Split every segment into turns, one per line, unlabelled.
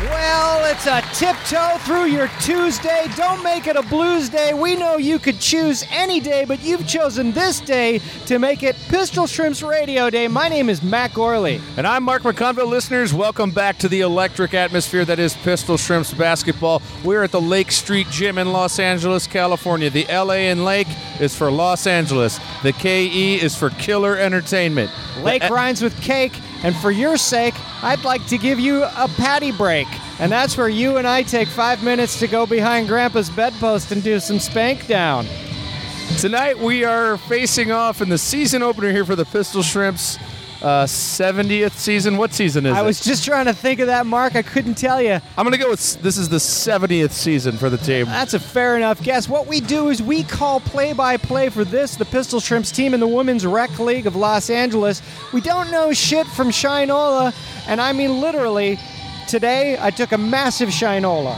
Well, it's a tiptoe through your Tuesday. Don't make it a blues day. We know you could choose any day, but you've chosen this day to make it Pistol Shrimps Radio Day. My name is Matt Gorley.
And I'm Mark McConville. Listeners, welcome back to the electric atmosphere that is Pistol Shrimps basketball. We're at the Lake Street Gym in Los Angeles, California. The LA and Lake is for Los Angeles. The KE is for Killer Entertainment.
Lake
The-
rhymes with cake, and for your sake, I'd like to give you a patty break. And that's where you and I take five minutes to go behind Grandpa's bedpost and do some spank down.
Tonight we are facing off in the season opener here for the Pistol Shrimps. Uh, 70th season. What season is
I
it?
was just trying to think of that, Mark. I couldn't tell you.
I'm gonna go with s- this is the 70th season for the team.
That's a fair enough guess. What we do is we call play by play for this, the Pistol Shrimps team in the Women's Rec League of Los Angeles. We don't know shit from Shinola, and I mean literally, today I took a massive Shinola.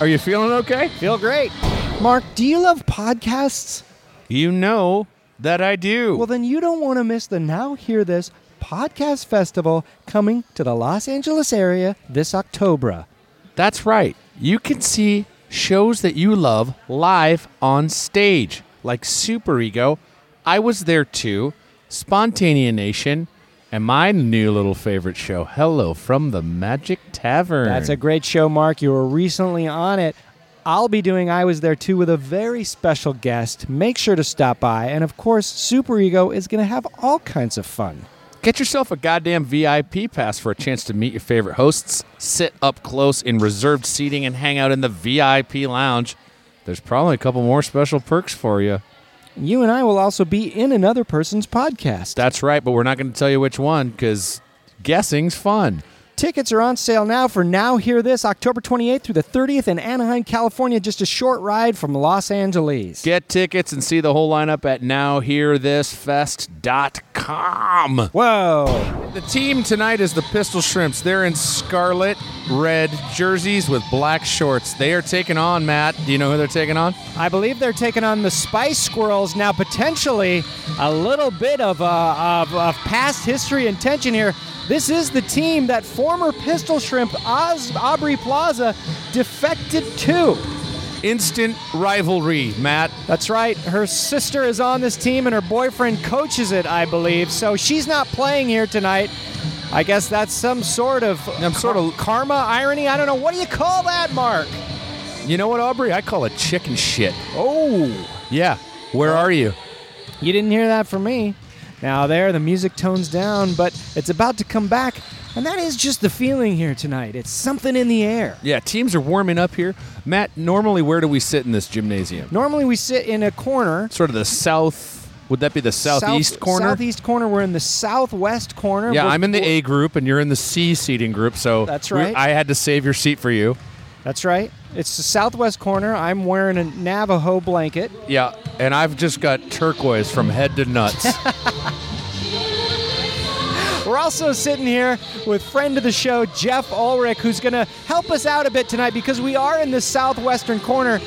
Are you feeling okay?
Feel great. Mark, do you love podcasts?
You know that I do.
Well, then you don't want to miss the Now Hear This Podcast Festival coming to the Los Angeles area this October.
That's right. You can see shows that you love live on stage, like Super Ego. I was there too, Spontanea Nation, and my new little favorite show, Hello from the Magic Tavern.
That's a great show, Mark. You were recently on it. I'll be doing I Was There Too with a very special guest. Make sure to stop by. And of course, Super Ego is going to have all kinds of fun.
Get yourself a goddamn VIP pass for a chance to meet your favorite hosts, sit up close in reserved seating, and hang out in the VIP lounge. There's probably a couple more special perks for you.
You and I will also be in another person's podcast.
That's right, but we're not going to tell you which one because guessing's fun.
Tickets are on sale now for Now Hear This, October 28th through the 30th in Anaheim, California, just a short ride from Los Angeles.
Get tickets and see the whole lineup at nowhearthisfest.com.
Whoa.
The team tonight is the Pistol Shrimps. They're in scarlet red jerseys with black shorts. They are taking on, Matt. Do you know who they're taking on?
I believe they're taking on the Spice Squirrels now. Potentially a little bit of, uh, of, of past history and tension here. This is the team that former Pistol Shrimp Oz Aubrey Plaza defected to.
Instant rivalry, Matt.
That's right. Her sister is on this team and her boyfriend coaches it, I believe. So she's not playing here tonight. I guess that's some sort of
I'm sort of-
karma irony. I don't know. What do you call that, Mark?
You know what, Aubrey? I call it chicken shit.
Oh.
Yeah. Where are you?
You didn't hear that from me. Now, there, the music tones down, but it's about to come back. And that is just the feeling here tonight. It's something in the air.
Yeah, teams are warming up here. Matt, normally where do we sit in this gymnasium?
Normally, we sit in a corner.
Sort of the south. Would that be the southeast
South-
corner?
Southeast corner. We're in the southwest corner.
Yeah,
We're-
I'm in the
we're-
A group and you're in the C seating group, so
That's
we-
right.
I had to save your seat for you.
That's right. It's the southwest corner. I'm wearing a Navajo blanket.
Yeah, and I've just got turquoise from head to nuts.
We're also sitting here with friend of the show, Jeff Ulrich, who's going to help us out a bit tonight because we are in the southwestern corner.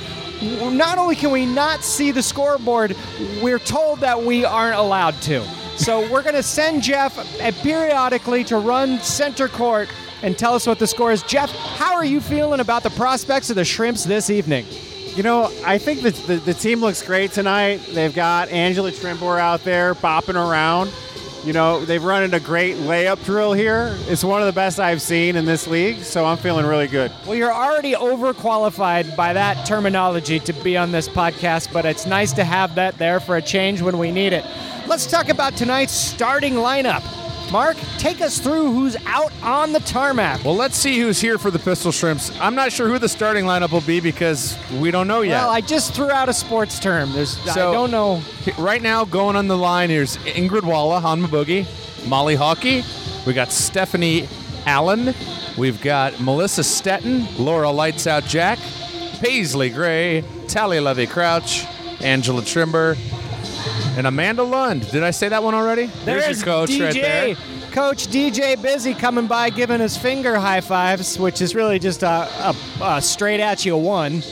Not only can we not see the scoreboard, we're told that we aren't allowed to. So we're going to send Jeff uh, periodically to run center court and tell us what the score is. Jeff, how are you feeling about the prospects of the Shrimps this evening?
You know, I think that the, the team looks great tonight. They've got Angela Trimbor out there bopping around. You know, they've run into great layup drill here. It's one of the best I've seen in this league, so I'm feeling really good.
Well, you're already overqualified by that terminology to be on this podcast, but it's nice to have that there for a change when we need it. Let's talk about tonight's starting lineup. Mark, take us through who's out on the tarmac.
Well, let's see who's here for the Pistol Shrimps. I'm not sure who the starting lineup will be because we don't know yet.
Well, I just threw out a sports term. There's, I
So-
don't know.
Right now, going on the line, here's Ingrid Walla, Hanma Boogie, Molly Hockey. We got Stephanie Allen. We've got Melissa Stetton, Laura Lights Out Jack, Paisley Gray, Tally Levy Crouch, Angela Trimber, and Amanda Lund. Did I say that one already?
There's,
your coach
DJ.
right there.
Coach DJ Busy coming by, giving his finger high fives, which is really just a, a, a straight at you one.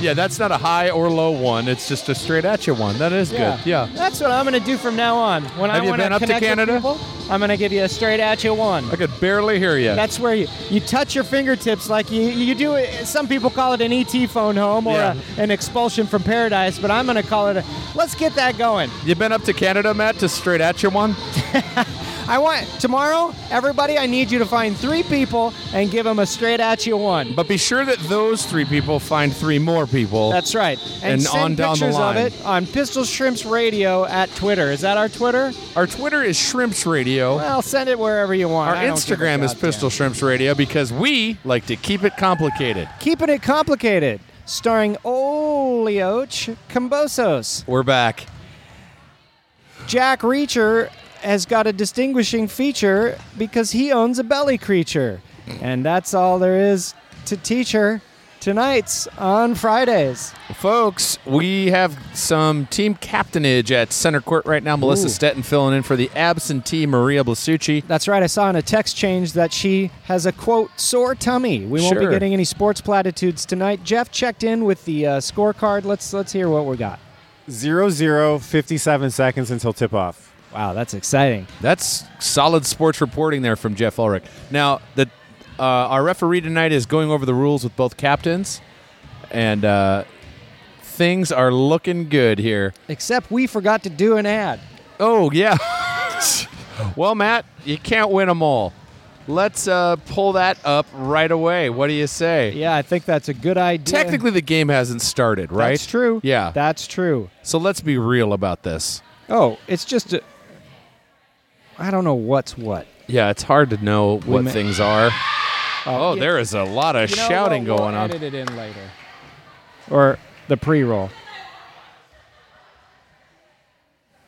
Yeah, that's not a high or low one. It's just a straight at you one. That is good. Yeah.
That's what I'm going to do from now on. When I
Have you
wanna
been up to
connect with
Canada?
people, I'm going to give you a straight at you one.
I could barely hear you.
That's where you, you touch your fingertips like you, you do it. Some people call it an ET phone home or
Yeah.
a, an expulsion from paradise, but I'm going to call it a. Let's get that going.
you been up to Canada, Matt, to straight at you one?
I want tomorrow, everybody, I need you to find three people and give them a straight at you one.
But be sure that those three people find three more people.
That's right.
And
send
on down the
pictures
line.
of it on Pistol Shrimps Radio at Twitter. Is that our Twitter?
Our Twitter is Shrimps Radio.
Well, send it wherever you want.
Our
I don't give a
Instagram is
goddamn.
Pistol Shrimps Radio because we like to keep it complicated.
Keeping it complicated, starring Olioch Cambosos.
We're back.
Jack Reacher has got a distinguishing feature because he owns a belly creature. And that's all there is to teacher tonight's on Fridays.
Folks, we have some team captainage at center court right now. Melissa Stetton filling in for the absentee Maria Blasucci.
That's right, I saw in a text change that she has a quote, sore tummy. We won't be
Sure.
getting any sports platitudes tonight. Jeff checked in with the uh, scorecard. Let's let's hear what we got.
Zero zero fifty seven seconds until tip off.
Wow, that's exciting.
That's solid sports reporting there from Jeff Ulrich. Now, the uh, our referee tonight is going over the rules with both captains, and uh, things are looking good here.
Except we forgot to do an ad.
Oh yeah. well, Matt, you can't win them all. Let's uh, pull that up right away. What do you say?
Yeah, I think that's a good idea.
Technically, the game hasn't started, right?
that's true.
Yeah.
That's true.
so let's be real about this.
Oh, it's just a. I don't know what's what.
Yeah, it's hard to know what
may-
things are. Oh, there is a lot of shouting going on.
Edit it in later.
Or the pre roll.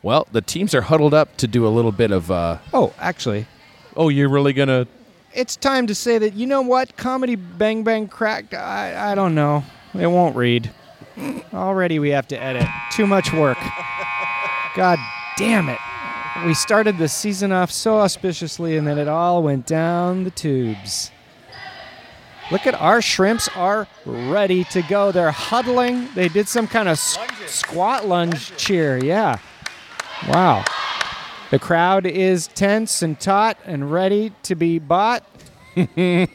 Well, the teams are huddled up to do a little bit of. Uh,
Oh, actually,
oh, you're really gonna?
it's time to say that, you know what? Comedy Bang Bang Cracked, I, I don't know. It won't read. Already we have to edit. Too much work. God damn it. We started the season off so auspiciously and then it all went down the tubes. Look at our shrimps are ready to go. They're huddling. They did some kind of s- squat lunge cheer. Yeah. Wow. The crowd is tense and taut and ready to be bought.
Your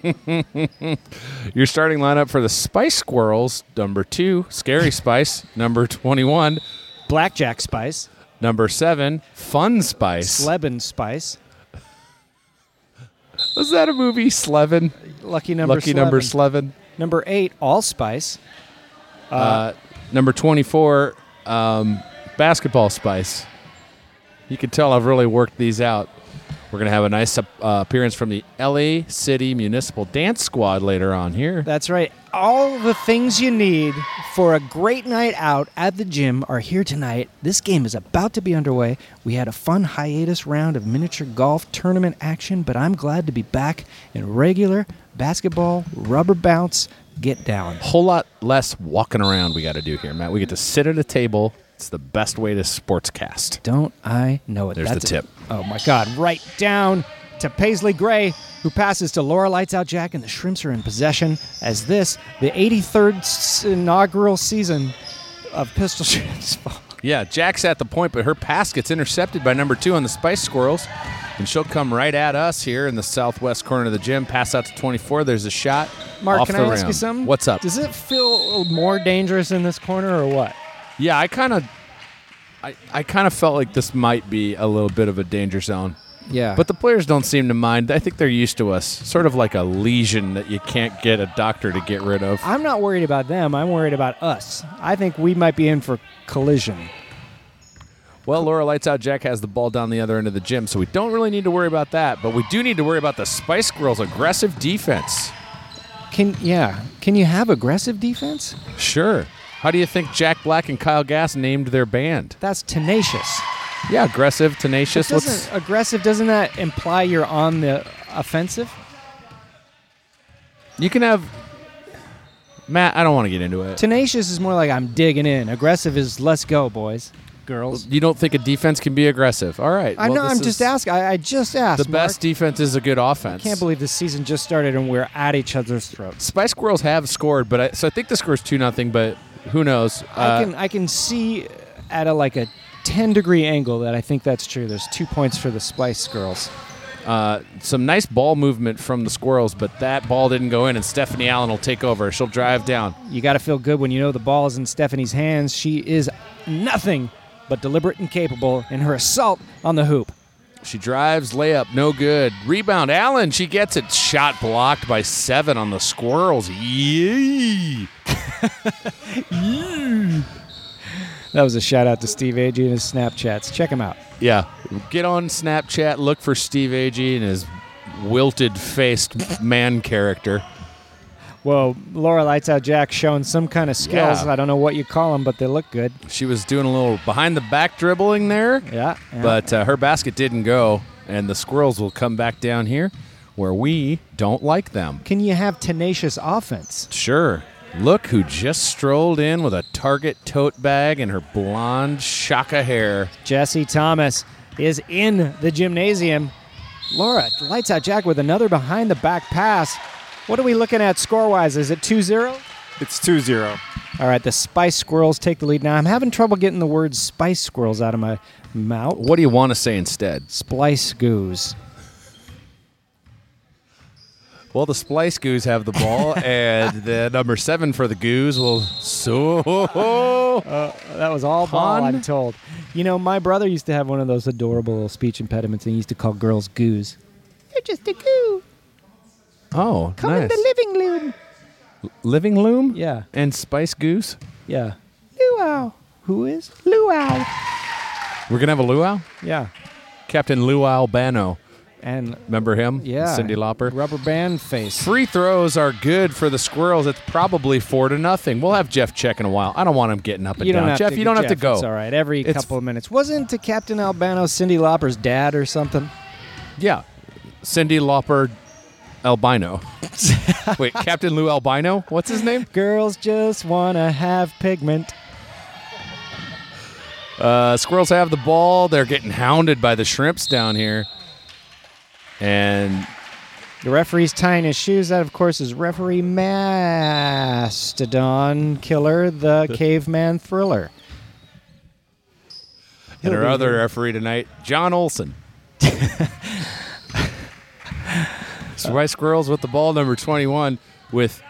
starting lineup for the Spice Squirrels: number two, Scary Spice; number twenty-one,
Blackjack spice,
number seven, Fun Spice.
Sleben spice,
Was that a movie, Slevin?
lucky number
Lucky number
11.
Slevin.
number eight, allspice,
Number 24, um, Basketball Spice. You can tell I've really worked these out. We're going to have a nice uh, appearance from the LA City Municipal Dance Squad later on here.
That's right. All the things you need for a great night out at the gym are here tonight. This game is about to be underway. We had a fun hiatus round of miniature golf tournament action, but I'm glad to be back in regular basketball, rubber bounce, get down.
Whole lot less walking around we got to do here, Matt. We get to sit at a table. It's the best way to sportscast.
Don't I know it?
There's the tip.
Oh my God! Right down to Paisley Gray, who passes to Laura Lights Out Jack, and the Shrimps are in possession as this, the 83rd s- inaugural season of Pistol Shrimps.
Yeah, Jack's at the point, but her pass gets intercepted by number two on the Spice Squirrels, and she'll come right at us here in the southwest corner of the gym. Pass out to 24. There's a shot.
Mark,
off
can
the
I ask
rim.
you something?
What's up?
Does it feel more dangerous in this corner or what?
Yeah, I kind of, I, I kind of felt like this might be a little bit of a danger zone,
Yeah,
but the players don't seem to mind. I think they're used to us, sort of like a lesion that you can't get a doctor to get rid of.
I'm not worried about them. I'm worried about us. I think we might be in for collision.
Well, Laura Lights Out Jack has the ball down the other end of the gym, so we don't really need to worry about that, but we do need to worry about the Spice Girls' aggressive defense.
Can yeah? Can you have aggressive defense?
Sure. How do you think Jack Black and Kyle Gass named their band?
That's tenacious.
Yeah, aggressive, tenacious. Let's,
Doesn't aggressive? Doesn't that imply you're on the offensive?
you can have. Matt, I don't want to get into it.
Tenacious is more like I'm digging in. Aggressive is let's go, boys, girls.
You don't think a defense can be aggressive? All right.
I
well,
know.
this
I'm
is-
just asking. I, I just asked.
The best defense is a good offense.
Mark. I can't believe this season just started and we're at each other's throats.
Spice Girls have scored, but I, so I think the score's two nothing. But who knows? Uh,
I can I can see at a like a 10 degree angle that I think that's true. There's two points for the Spice Girls.
uh, some nice ball movement from the Squirrels, but that ball didn't go in, and Stephanie Allen will take over. She'll drive down.
You got to feel good when you know the ball is in Stephanie's hands. She is nothing but deliberate and capable in her assault on the hoop.
She drives layup, no good. Rebound, Allen. She gets it. Shot blocked by seven on the Squirrels. Yee!
That was a shout out to Steve Agee and his Snapchats. Check him out.
Yeah. Get on Snapchat. Look for Steve Agee and his wilted faced man character.
Well, Laura Lights Out Jack showing some kind of skills.
Yeah.
I don't know what you call them, but they look good.
She was doing a little behind the back dribbling there.
Yeah. yeah.
But uh, her basket didn't go, and the squirrels will come back down here where we don't like them.
can you have tenacious offense?
Sure. Look who just strolled in with a Target tote bag and her blonde shaka hair.
Jesse Thomas is in the gymnasium. Laura Lights Out Jack with another behind the back pass. What are we looking at score wise? Is it 2 0?
It's 2 0.
All right, the Spice Squirrels take the lead. Now, I'm having trouble getting the word Spice Squirrels out of my mouth.
What do you want to say instead?
Splice Goose.
Well, the Splice Goos have the ball, and the number seven for the Goos will. So.
That was all ball,
Pun?
I'm told. You know, my brother used to have one of those adorable little speech impediments, and he used to call girls goos. You're just a goo.
Oh, nice.
living loom.
Living Loom?
Yeah.
And Spice Goose?
Yeah. Luau. Who is? Luau.
We're going to have a luau?
Yeah.
Captain Luau Bano.
And,
Remember him?
yeah.
Cindy Lauper.
Rubber band face.
Free throws are good for the squirrels. It's probably four to nothing. We'll have Jeff check in a while. I don't want him getting up and
You
down.
don't have
Jeff,
to,
you don't
Jeff,
have to go.
It's all right. Every
It's-
couple of minutes. Wasn't uh, Captain Albano Cindy Lauper's dad or something?
Yeah, Cindy Lauper, albino. Wait, Captain Lou Albino. What's his name?
Girls just wanna have pigment.
Uh, squirrels have the ball. They're getting hounded by the shrimps down here. And
The referee's tying his shoes. That, of course, is referee Mastodon Killer, the caveman thriller.
and our other referee tonight, John Olson. so White Squirrels with the ball, number 21, with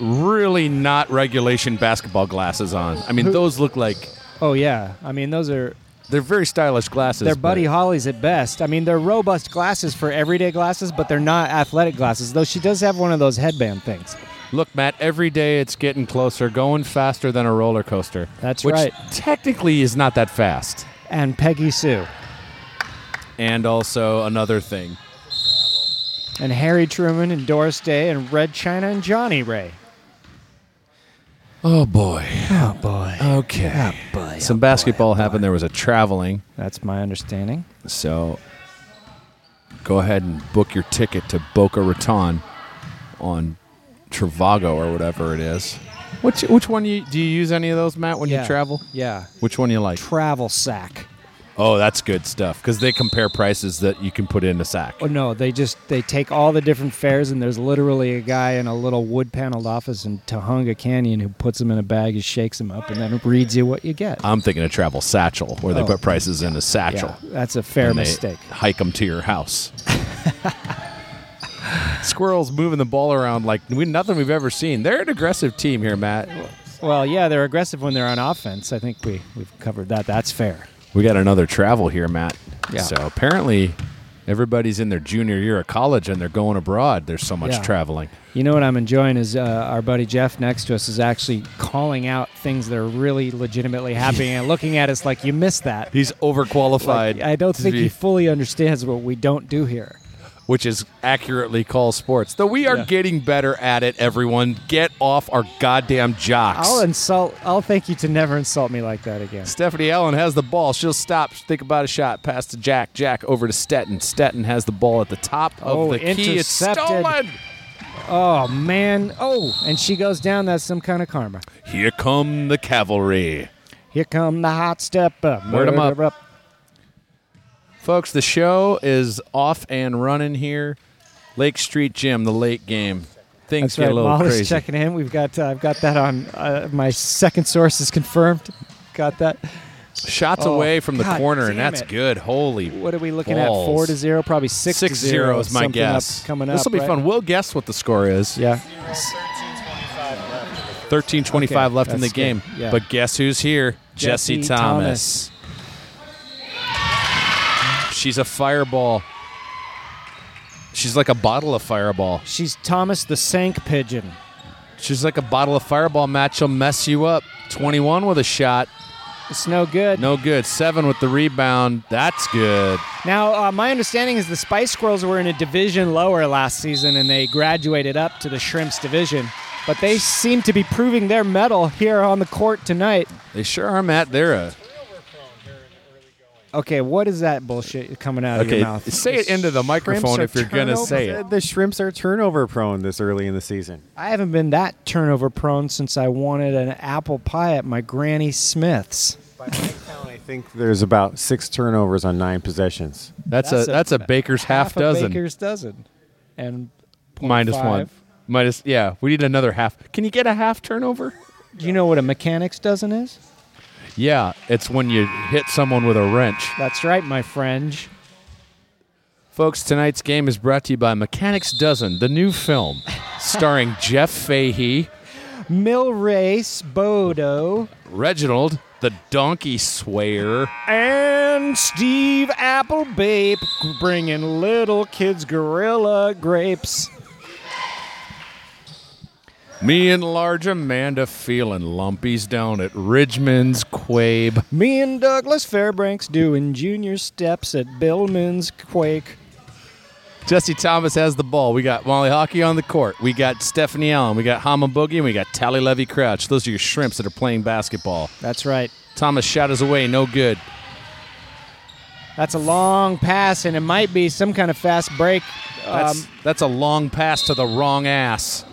really not regulation basketball glasses on. I mean, those look like
Oh yeah, I mean those are
they're very stylish glasses.
they're Buddy
but-
Holly's at best. I mean they're robust glasses for everyday glasses, but they're not athletic glasses. Though she does have one of those headband things.
Look, Matt, every day it's getting closer, going faster than a roller coaster.
That's
which
right.
technically is not that fast.
And Peggy Sue
And also another thing.
and Harry Truman and Doris Day and Red China and Johnny Ray.
Oh boy.
Oh boy,
Okay.
Oh, boy.
Some basketball happened. There was a traveling.
That's my understanding.
So go ahead and book your ticket to Boca Raton on Travago or whatever it is. Which which one you, do you use any of those, Matt, when
Yeah.
you travel?
Yeah,
Which one you like?
travel sack.
Oh, that's good stuff because they compare prices that you can put in a sack.
Oh no, they just they take all the different fares and there's literally a guy in a little wood paneled office in Tahunga Canyon who puts them in a bag and shakes them up and then reads you what you get.
I'm thinking a travel satchel where they
Oh.
put prices in a satchel.
Yeah, that's a fair
and they
mistake.
Hike them to your house. Squirrels moving the ball around like we, nothing we've ever seen. They're an aggressive team here, Matt.
Well, yeah, they're aggressive when they're on offense. I think we we've covered that. That's fair.
We got another travel here, Matt.
Yeah.
So apparently Everybody's in their junior year of college and they're going abroad. There's so much
Yeah.
traveling.
You know what I'm enjoying is uh, our buddy Jeff next to us is actually calling out things that are really legitimately happening and looking at us like you missed that.
He's overqualified.
Like, I don't
to
think he
be-
fully understands what we don't do here.
which is accurately called sports. Though we are
Yeah.
getting better at it, everyone. Get off our goddamn jocks.
I'll insult. I'll thank you to never insult me like that again.
Stephanie Allen has the ball. She'll stop. Think about a shot. Pass to Jack. Jack over to Stetton. Stetton has the ball at the top of
Oh,
the key. It's
intercepted.
stolen.
Oh man. Oh, and she goes down. That's some kind of karma.
Here come the cavalry.
Here come the hot step up.
Word 'em up.
Murder
Folks, the show is off and running here. Lake Street Gym, the late game.
That's
Things get
right.
a little
Molly's
crazy.
checking in. We've got. Uh, I've got that on. Uh, my second source is confirmed. Got that.
Shots
Oh,
away from the
God
corner, and
damn
that's
it.
good. Holy
What are we looking
balls.
at? Four to zero, probably six.
Six
to zero,
zero is my
something up
guess.
coming up.
This will be
right?
fun. We'll guess what the score is.
Yeah.
13 25
Okay,
left in the
that's good.
game.
Yeah.
But guess who's here? Jesse,
Jesse
Thomas. She's a fireball. She's like a bottle of fireball.
She's Thomas the Sank Pigeon.
She's like a bottle of fireball match. She'll mess you up. 21 with a shot.
It's no good.
No good. Seven with the rebound. That's good.
Now, uh, my understanding is the Spice Squirrels were in a division lower last season, and they graduated up to the Shrimps division. But they seem to be proving their mettle here on the court tonight.
They sure are, Matt. They're a.
Okay, what is that bullshit coming out of
Okay,
your mouth?
say it into the microphone if you're going to say it.
The shrimps are turnover prone this early in the season.
I haven't been that turnover prone since I wanted an apple pie at my Granny Smith's.
By my count, I think there's about six turnovers on nine possessions.
That's, a, that's a baker's half,
a
dozen.
Baker's dozen, and
Minus one.
five.
Minus yeah, we need another half. Can you get a half turnover?
do you know what a mechanic's dozen is?
Yeah, it's when you hit someone with a wrench.
That's right, my friend.
Folks, tonight's game is brought to you by Mechanics Dozen, the new film starring Jeff Fahey,
Milrace Bodo.
Reginald, the donkey swayer,
And Steve Applebape bringing little kids gorilla grapes.
me and large Amanda feeling lumpies down at Ridgman's Quabe.
Me and Douglas Fairbanks doing junior steps at Billman's Quake.
Jesse Thomas has the ball. We got Molly Hockey on the court. We got Stephanie Allen. We got Hama Boogie. And we got Tally Levy Crouch. Those are your shrimps that are playing basketball.
That's right.
Thomas shot is away, no good.
That's a long pass, and it might be some kind of fast break.
That's,
Um,
that's a long pass to the wrong ass.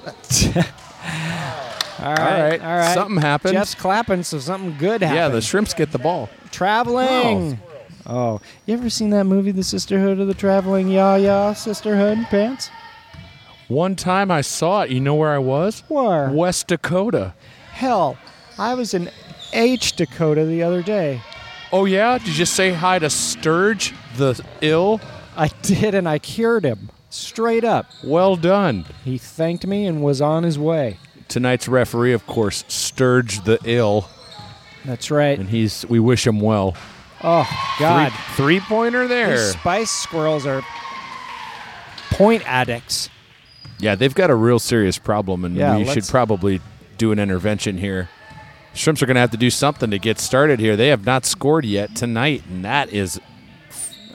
all right,
right. Something happened.
Jeff's clapping, so something good happened.
Yeah, the shrimps get the ball.
traveling. Oh, you ever seen that movie, The Sisterhood of the Traveling Yah Yah Sisterhood Pants?
One time I saw it. You know where I was?
Where?
West Dakota.
Hell, I was in H Dakota the other day.
Oh yeah, did you say hi to Sturge the ill?
I did, and I cured him straight up.
Well done.
He thanked me and was on his way.
Tonight's referee, of course, Sturge the ill,
That's right.
and he's we wish him well.
Oh God,
Three pointer there.
these spice squirrels are point addicts.
Yeah, they've got a real serious problem, and
Yeah,
we should
let's-
probably do an intervention here. Shrimps are going to have to do something to get started here. They have not scored yet tonight, and that is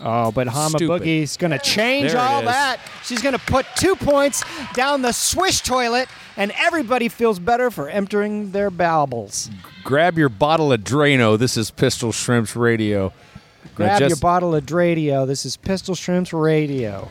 Oh, but Hama
Stupid.
Boogie's gonna change
There it
all
is.
that. She's gonna put two points down the swish toilet, and everybody feels better for emptying their bowels.
grab your bottle of Drano. This is Pistol Shrimps Radio. Now,
Grab your
Jess-
bottle of Dradio. This is Pistol Shrimps Radio.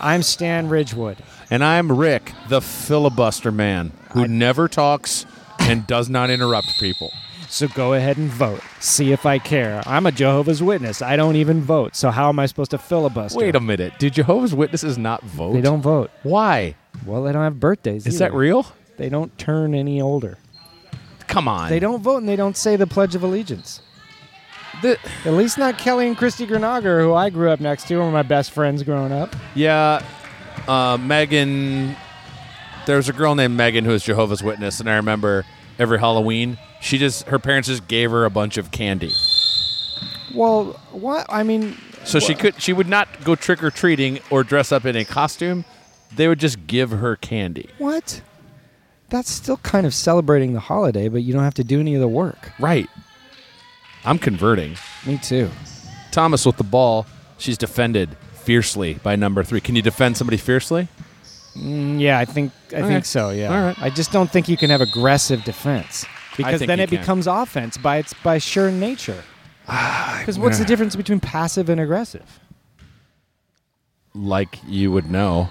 I'm Stan Ridgewood.
And I'm Rick, the filibuster man who never talks and does not interrupt people.
So go ahead and vote. See if I care. I'm a Jehovah's Witness. I don't even vote. So how am I supposed to filibuster?
Wait a minute. Do Jehovah's Witnesses not vote?
They don't vote.
Why?
Well, they don't have birthdays.
Is
either.
that real?
They don't turn any older.
Come on.
They don't vote and they don't say the Pledge of Allegiance.
The-
At least not Kelly and Christy Grenager, who I grew up next to, were my best friends growing up.
Yeah, uh, Megan. There's a girl named Megan who is Jehovah's Witness, and I remember every Halloween, she just her parents just gave her a bunch of candy.
Well, what? I mean,
So she could she would not go trick or treating or dress up in a costume. They would just give her candy.
What? That's still kind of celebrating the holiday, but you don't have to do any of the work.
Right. I'm converting.
Me too.
Thomas with the ball. She's defended fiercely by number three. Can you defend somebody fiercely?
Yeah, I think I
Okay.
think so. Yeah.
All right.
I just don't think you can have aggressive defense because
think
then
you
it
can.
becomes offense by its by sure nature.
Ah,
Because what's the difference between passive and aggressive?
Like you would know.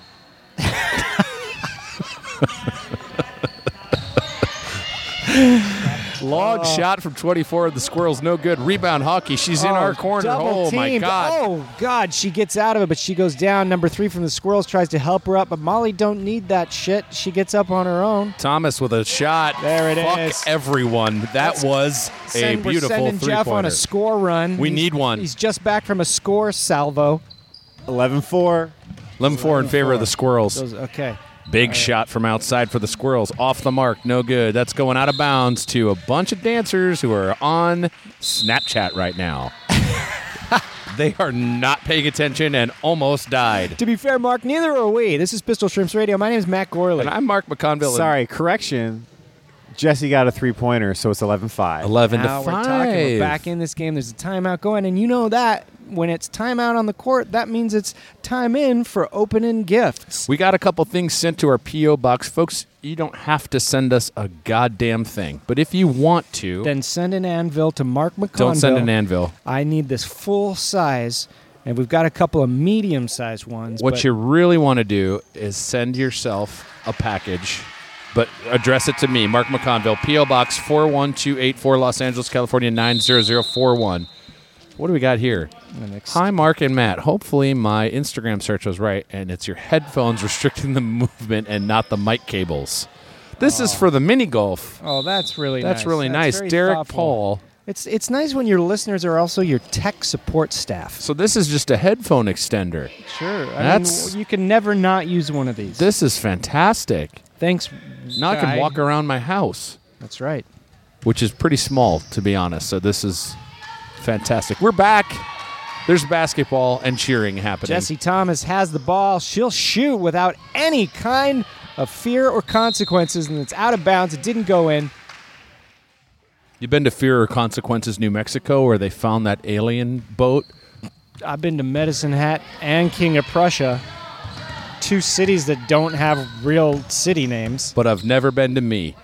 Log shot from 24 of the squirrels, no good. Rebound hockey. She's in our
Oh. Oh,
corner.
double
Oh my
teamed.
god.
Oh god, she gets out of it, but she goes down. Number three from the squirrels tries to help her up, but Molly don't need that shit. She gets up on her own.
Thomas with a shot.
There it
it is. Fuck
is.
everyone. That was
Send-
a
we're
beautiful
sending
three
Jeff on
pointer.
a score run.
We
He's-
need one.
He's just back from a score salvo.
11 4.
Lim four in favor of the squirrels.
Those- okay.
Big shot from outside for the squirrels. Off the mark. No good. That's going out of bounds to a bunch of dancers who are on Snapchat right now. they are not paying attention and almost died.
To be fair, Mark, neither are we. This is Pistol Shrimps Radio. My name is Matt Gorley.
And I'm Mark McConville.
Sorry, correction. Jesse got a three pointer, so it's 11 5.
11
now
to
we're
5.
talking. We're back in this game. There's a timeout going, and you know that when it's timeout on the court, that means it's time in for opening gifts.
We got a couple things sent to our P.O. box. Folks, you don't have to send us a goddamn thing. But if you want to,
Then send an anvil to Mark McConville.
don't send an anvil.
I need this full size, and we've got a couple of medium sized ones.
What
but
you really want to do is send yourself a package, but address it to me, Mark McConville, P.O. Box 41284, Los Angeles, California 90041. What do we got here?
an ex-
Hi, Mark and Matt. Hopefully, my Instagram search was right, and it's your headphones restricting the movement and not the mic cables. This is for the mini golf.
Oh, that's really
That's
nice.
really nice.
Oh. very
Derek
thoughtful.
Paul.
It's it's nice when your listeners are also your tech support staff.
So, this is just a headphone extender.
Sure, I mean,
That's-
you can never not use one of these.
This is fantastic.
Thanks.
Now I
guy.
can walk around my house.
That's right.
which is pretty small, to be honest. So this is fantastic. We're back. There's basketball and cheering happening.
Jesse Thomas has the ball. She'll shoot without any kind of fear or consequences, and it's out of bounds. It didn't go in.
You've been to Fear or Consequences, New Mexico, where they found that alien boat.
I've been to Medicine Hat and King of Prussia, two cities that don't have real city names.
But I've never been to me.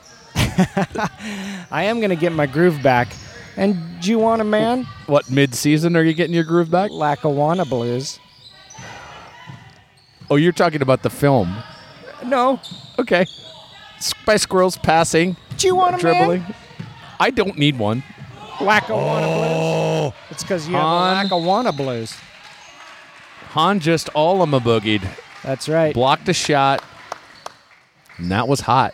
I am going to get my groove back. And do you want a man?
What mid-season are you getting your groove back?
Lackawanna Blues.
Oh, you're talking about the film.
No.
Okay. S- By squirrels passing,
Do you want a
dribbling.
man?
I don't need one.
Lackawanna Blues. It's because you have
Han.
a Lackawanna Blues.
Han just all a boogied,
That's right.
blocked a shot, and that was hot.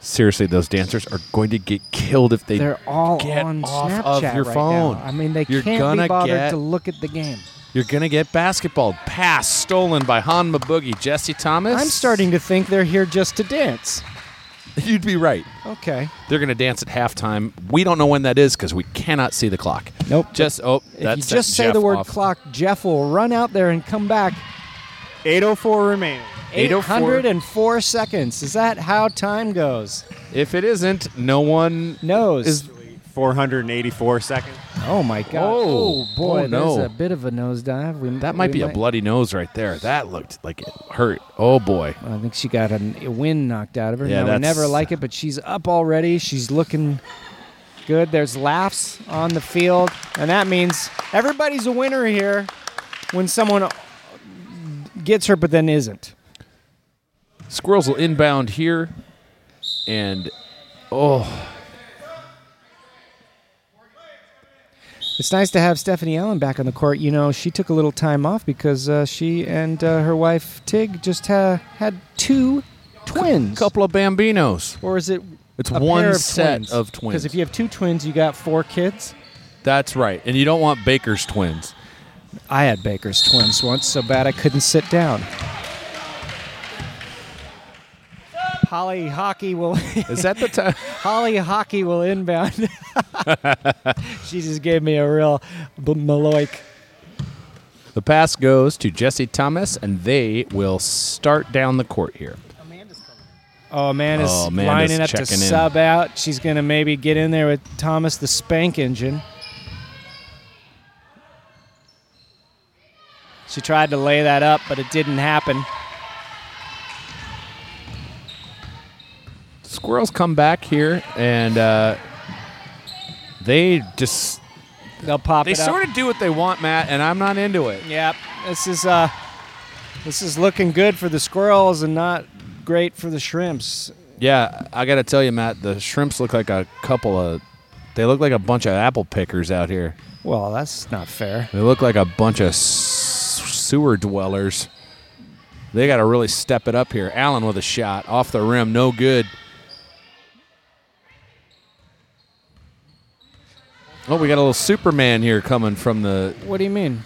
Seriously, those dancers are going to get killed if they
They're all
Get
on
off
Snapchat
of your
right
phone.
now. I mean, they
You're
can't
gonna
be bothered
get-
to look at the game.
You're gonna get basketball pass stolen by Han Maboogie, Jesse Thomas.
I'm starting to think they're here just to dance.
You'd be right.
Okay.
They're gonna dance at halftime. We don't know when that is because we cannot see the clock.
Nope.
Just oh,
If
that's
you just say the word clock, Jeff will run out there and come back.
804 remaining.
804.
804 seconds. Is that how time goes?
If it isn't, no one.
Nose.
Is-
484 seconds.
oh my God.
Oh,
oh boy,
oh, no.
there's a bit of a nosedive. We,
That might
we
be a bloody nose right there. That looked like it hurt. Oh boy.
I think she got an- a wind knocked out of her.
Yeah,
now, I
that's-
never like it, but she's up already. She's looking good. There's laughs on the field, and that means everybody's a winner here when someone gets her but then isn't.
Squirrels will inbound here, and oh,
It's nice to have Stephanie Allen back on the court. You know, she took a little time off because uh, she and uh, her wife Tig just uh, had two twins.
couple of bambinos.
Or is it?
It's
a
one
pair of
set
twins?
of
Because
twins.
if you have two twins, you got four kids.
That's right. And you don't want Baker's twins.
I had Baker's twins once so bad I couldn't sit down. Holly Hockey will
Is that the time?
Holly Hockey will inbound. she just gave me a real b- maloik.
the pass goes to Jesse Thomas, and they will start down the court here.
Oh man is
Oh, Amanda's
lining up to
checking in.
sub out. She's gonna maybe get in there with Thomas the Spank Engine. She tried to lay that up, but it didn't happen.
Squirrels come back here, and uh, they just
They'll pop
they
it up.
sort of do what they want, Matt, and I'm not into it.
Yep. This is uh this is looking good for the squirrels and not great for the shrimps.
Yeah, I gotta tell you, Matt, the shrimps look like a couple of. They look like a bunch of apple pickers out here.
Well, that's not fair.
They look like a bunch of s- sewer dwellers. They got to really step it up here. Allen with a shot off the rim, no good. Oh, we got a little Superman here coming from the
What do you mean?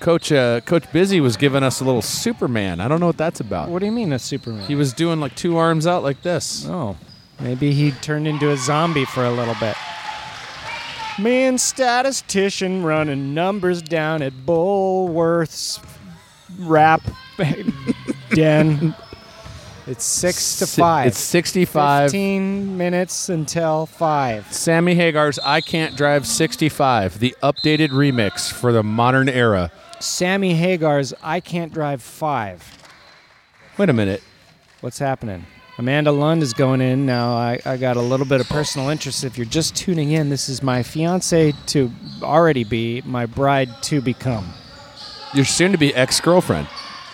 coach. Uh, coach Busy was giving us a little Superman. I don't know what that's about.
What do you mean a Superman?
He was doing like two arms out like this.
oh. Maybe he turned into a zombie for a little bit. Man statistician running numbers down at Bullworth's rap den. It's six to
Si-
five.
It's 65.
Fifteen minutes until five.
Sammy Hagar's I Can't Drive 65, the updated remix for the modern era.
Sammy Hagar's I Can't Drive 5.
Wait a minute.
What's happening? Amanda Lund is going in now. I, I got a little bit of personal interest. If you're just tuning in, this is my fiance to already be, my bride to become.
Your soon to be ex girlfriend,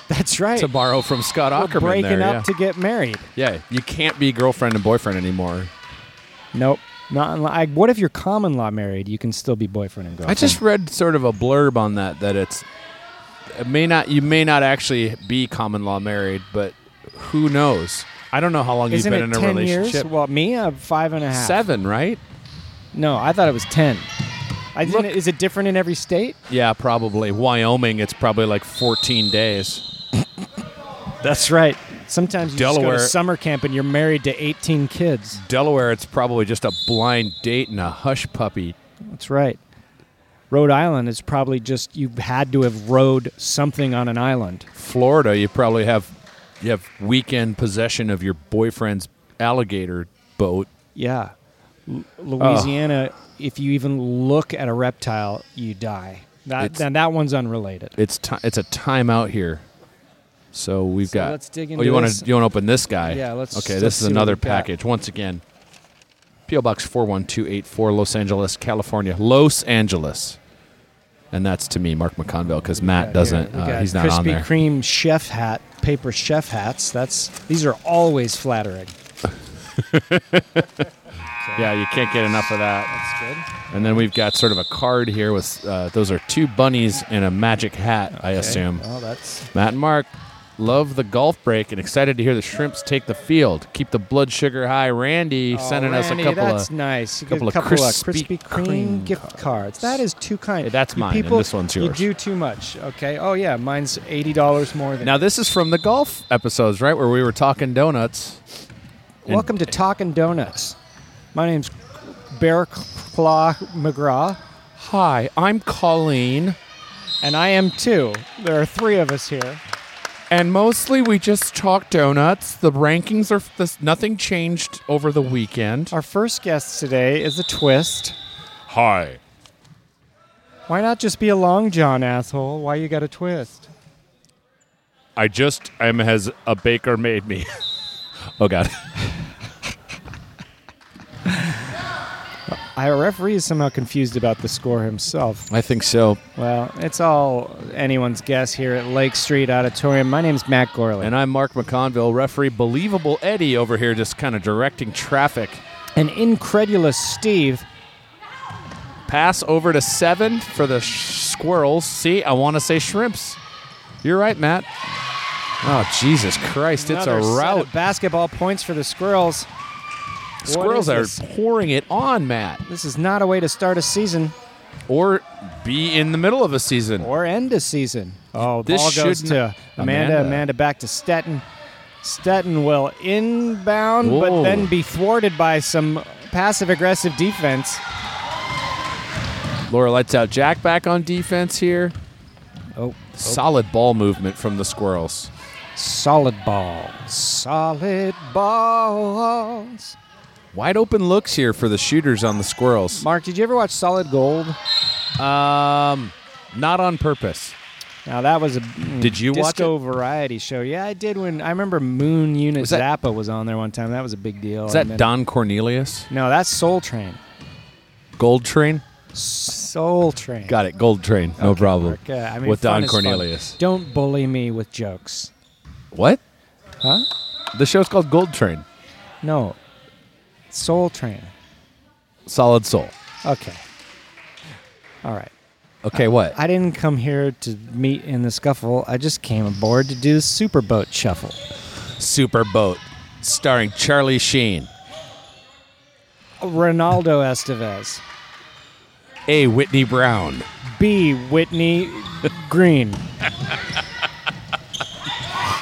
That's right.
to borrow from Scott
We're
Ackerman.
breaking
there,
up
yeah.
to get married.
yeah, you can't be girlfriend and boyfriend anymore.
Nope. Not unlike, what if you're common law married? You can still be boyfriend and
I
girlfriend.
just read sort of a blurb on that that it's it may not you may not actually be common law married, but who knows? I don't know how long
isn't
you've been
it
in a
ten years?
relationship.
Well, me, I'm five and a half.
Seven, right?
No, I thought it was ten. I didn't,
Look-
is it different in every state?
Yeah, probably. Wyoming, it's probably like 14 days.
That's right. Sometimes you
Delaware-
just go to summer camp and you're married to 18 kids.
Delaware, it's probably just a blind date and a hush puppy
That's right. Rhode Island is probably just you had to have rowed something on an island.
Florida, you probably have you have weekend possession of your boyfriend's alligator boat.
Yeah. L-
Oh.
Louisiana, if you even look at a reptile, you die. That
It's-
then that one's unrelated.
It's ti it's a timeout here. So we've
So
got.
let's dig
oh,
into
you wanna-
this.
you want to open this guy?
Yeah, let's-
Okay,
let's
this is
see what
another
we've got.
package once again. PO Box four one two eight four, Los Angeles, California, Los Angeles, and that's to me, Mark McConville, because Matt doesn't.
We
uh,
got
he's not
Krispy
on there.
Kreme chef hat, paper chef hats. That's these are always flattering.
Yeah, you can't get enough of that.
That's good.
And then we've got sort of a card here with uh, those are two bunnies and a magic hat, I assume.
Well, that's
Matt and Mark love the golf break and excited to hear the shrimps take the field. Keep the blood sugar high. Randy
Oh,
sending us a
Randy,
couple
that's
of.
nice. You get a
couple of
couple
Krispy
of Krispy Kreme,
Kreme
gift cards. That is too kind.
Yeah, that's
You
mine, and
People,
this one's yours.
You do too much. Okay. Oh yeah, mine's eighty dollars more than.
Now this is from the golf episodes, right, where we were talking donuts.
welcome to Talking Donuts. My name's Bear Claw McGraw,
Hi, I'm Colleen,
and I am too. There are three of us here.
and mostly we just talk donuts. The rankings are this, nothing changed over the weekend.
Our first guest today is a twist.
Hi,
Why not just be a long john asshole? Why you got a twist?
I just am has a baker made me. oh God.
Our referee is somehow confused about the score himself.
I think so.
Well, it's all anyone's guess here at Lake Street Auditorium. My name's Matt Gorley.
And I'm Mark McConville, referee Believable Eddie over here, just kind of directing traffic.
An incredulous Steve.
Pass over to seven for the sh- squirrels. See, I want to say shrimps. You're right, Matt. Oh, Jesus Christ. It's a
Another set
rout.
of basketball points for the Squirrels.
Squirrels
What
are
is
pouring it on, Matt.
This is not a way to start a season
Or be in the middle of a season.
or end a season. Oh,
This
ball goes
shouldn't-
to Amanda.
Amanda.
Amanda back to Stetton. Stetton will inbound, but
Whoa.
then be thwarted by some passive aggressive defense.
Laura lights out Jack back on defense here.
Oh,
Solid ball movement from the Squirrels.
solid ball. Solid balls.
Wide open looks here for the shooters on the Squirrels.
Mark, did you ever watch Solid Gold?
Um, not on purpose.
Now that was a mm,
Did you watch
disco variety show. Yeah, I did when I remember Moon Unit
Was that-
Zappa was on there one time. That was a big deal.
Is
And
that
then-
Don Cornelius?
No, that's Soul Train.
Gold Train?
Soul Train.
Got it. Gold Train. No problem.
Mark, uh, I mean,
with
fun
Don
is fun.
Cornelius.
Don't bully me with jokes.
What?
Huh?
The show's called Gold Train.
No. Soul Train.
Solid Soul.
Okay. All right.
Okay, what?
I didn't come here to meet in the scuffle. I just came aboard to do the super boat shuffle.
Super Boat, starring Charlie Sheen.
Ronaldo Estevez.
A. Whitney Brown.
B. Whitney Green.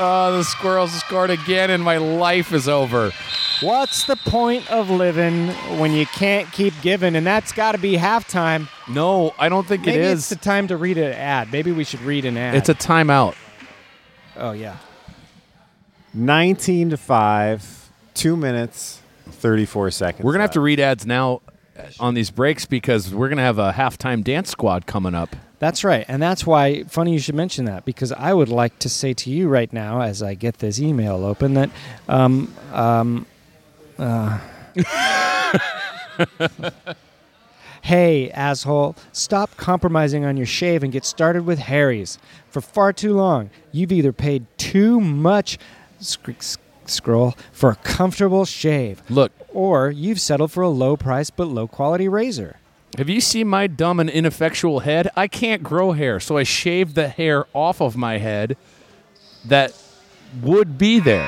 Oh, the Squirrels scored again, and my life is over.
What's the point of living when you can't keep giving? And that's got to be halftime.
No, I don't think
Maybe
it
it's
is.
the time to read an ad. Maybe we should read an ad.
It's a timeout.
oh yeah.
19 to 5, 2 minutes, 34 seconds.
We're gonna have
left.
to read ads now on these breaks because we're gonna have a halftime dance squad coming up.
That's right. And that's why, funny you should mention that, because I would like to say to you right now, as I get this email open, that um, um, uh, hey, asshole, stop compromising on your shave and get started with Harry's. For far too long, you've either paid too much sc- sc- scroll for a comfortable shave,
Look,
or you've settled for a low price but low quality razor.
have you seen my dumb and ineffectual head? I can't grow hair, so I shaved the hair off of my head that would be there.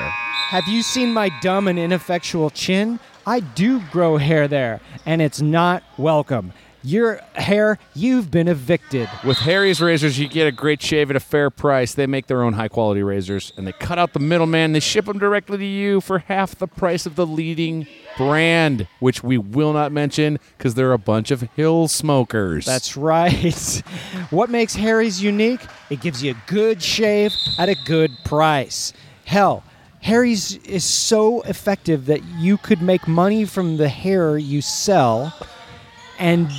Have you seen my dumb and ineffectual chin? I do grow hair there, and it's not welcome. Your hair, you've been evicted.
With Harry's razors, you get a great shave at a fair price. They make their own high quality razors and they cut out the middleman. They ship them directly to you for half the price of the leading brand, which we will not mention because they're a bunch of hill smokers.
That's right. what makes Harry's unique? It gives you a good shave at a good price. Hell, Harry's is so effective that you could make money from the hair you sell and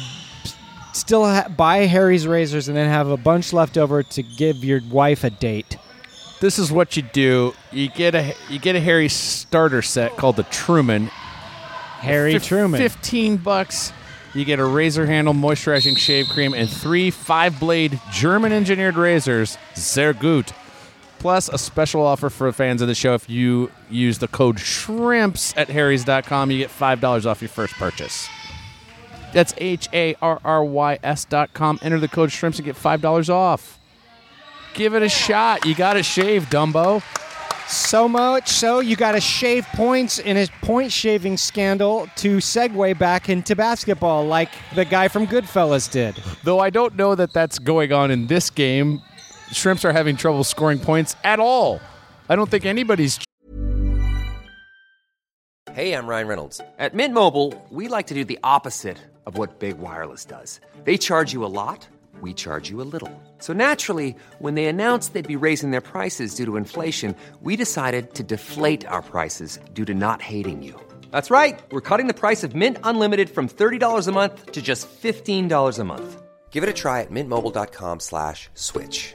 still ha- buy Harry's razors and then have a bunch left over to give your wife a date.
this is what you do. You get a you get a Harry starter set called the Truman.
Harry
Fif-
Truman.
Fifteen bucks. You get a razor handle, moisturizing shave cream, and three five blade German engineered razors. Sehr gut. Plus a special offer for fans of the show. If you use the code SHRIMPS at Harry's.com, you get five dollars off your first purchase. That's H A R R Y S dot com. Enter the code SHRIMPS and get five dollars off. Give it a shot. You got to shave, Dumbo.
So much so you got to shave points in a point shaving scandal to segue back into basketball, like the guy from Goodfellas did.
Though I don't know that that's going on in this game, shrimps are having trouble scoring points at all. I don't think anybody's
Hey, I'm Ryan Reynolds. At Mint Mobile, we like to do the opposite of what Big Wireless does. They charge you a lot, we charge you a little. So naturally, when they announced they'd be raising their prices due to inflation, we decided to deflate our prices due to not hating you. That's right. We're cutting the price of Mint Unlimited from $30 a month to just $15 a month. Give it a try at mintmobile.com slash switch.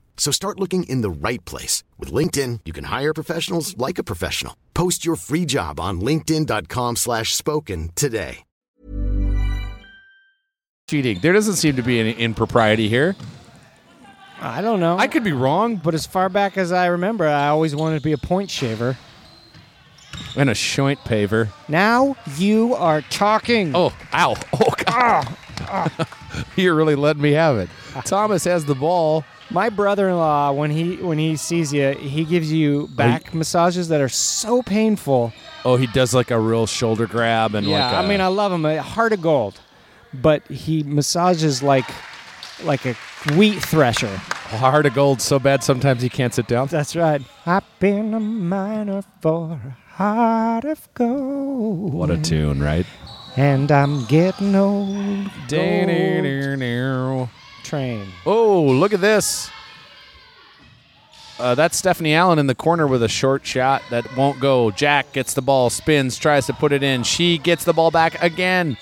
So start looking in the right place. With LinkedIn, you can hire professionals like a professional. Post your free job on linkedin.com/spoken slash spoken today.
cheating. There doesn't seem to be any impropriety here.
I don't know.
I could be wrong, but
but as far back as I remember, I always wanted to be a point shaver.
and a shoint paver.
Now you are talking.
Oh, ow. Oh, God. You're really letting me have it. Thomas has the ball.
My brother-in-law, when he when he sees you, he gives you back massages that are so painful.
Oh, he does like a real shoulder grab and
yeah,
like.
I
a-
mean, I love him, a heart of gold, but he massages like like a wheat thresher.
heart of gold so bad sometimes he can't sit down.
That's right. I've been a miner for a heart of gold,
What a tune, right?
and I'm getting old. Gold
Oh,
train.
look at this. Uh, that's Stephanie Allen in the corner with a short shot that won't go. Jack gets the ball, spins, tries to put it in. She gets the ball back again.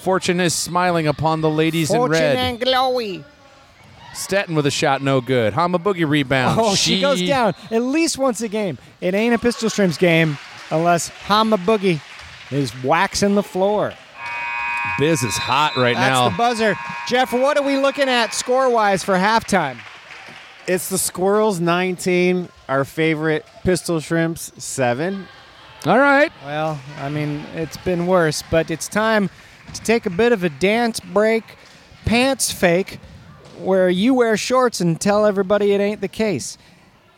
Fortune is smiling upon the ladies
Fortune
in red.
and glory.
Stetton with a shot, no good. Hama Boogie rebound.
Oh, she goes down at least once a game. It ain't a pistol shrimps game unless Hama Boogie is waxing the floor.
Biz is hot right
That's
now.
the buzzer. Jeff, what are we looking at score wise for halftime?
It's the Squirrels 19, our favorite Pistol Shrimps 7.
All right.
Well, I mean, it's been worse, but it's time to take a bit of a dance break, pants fake, where you wear shorts and tell everybody it ain't the case.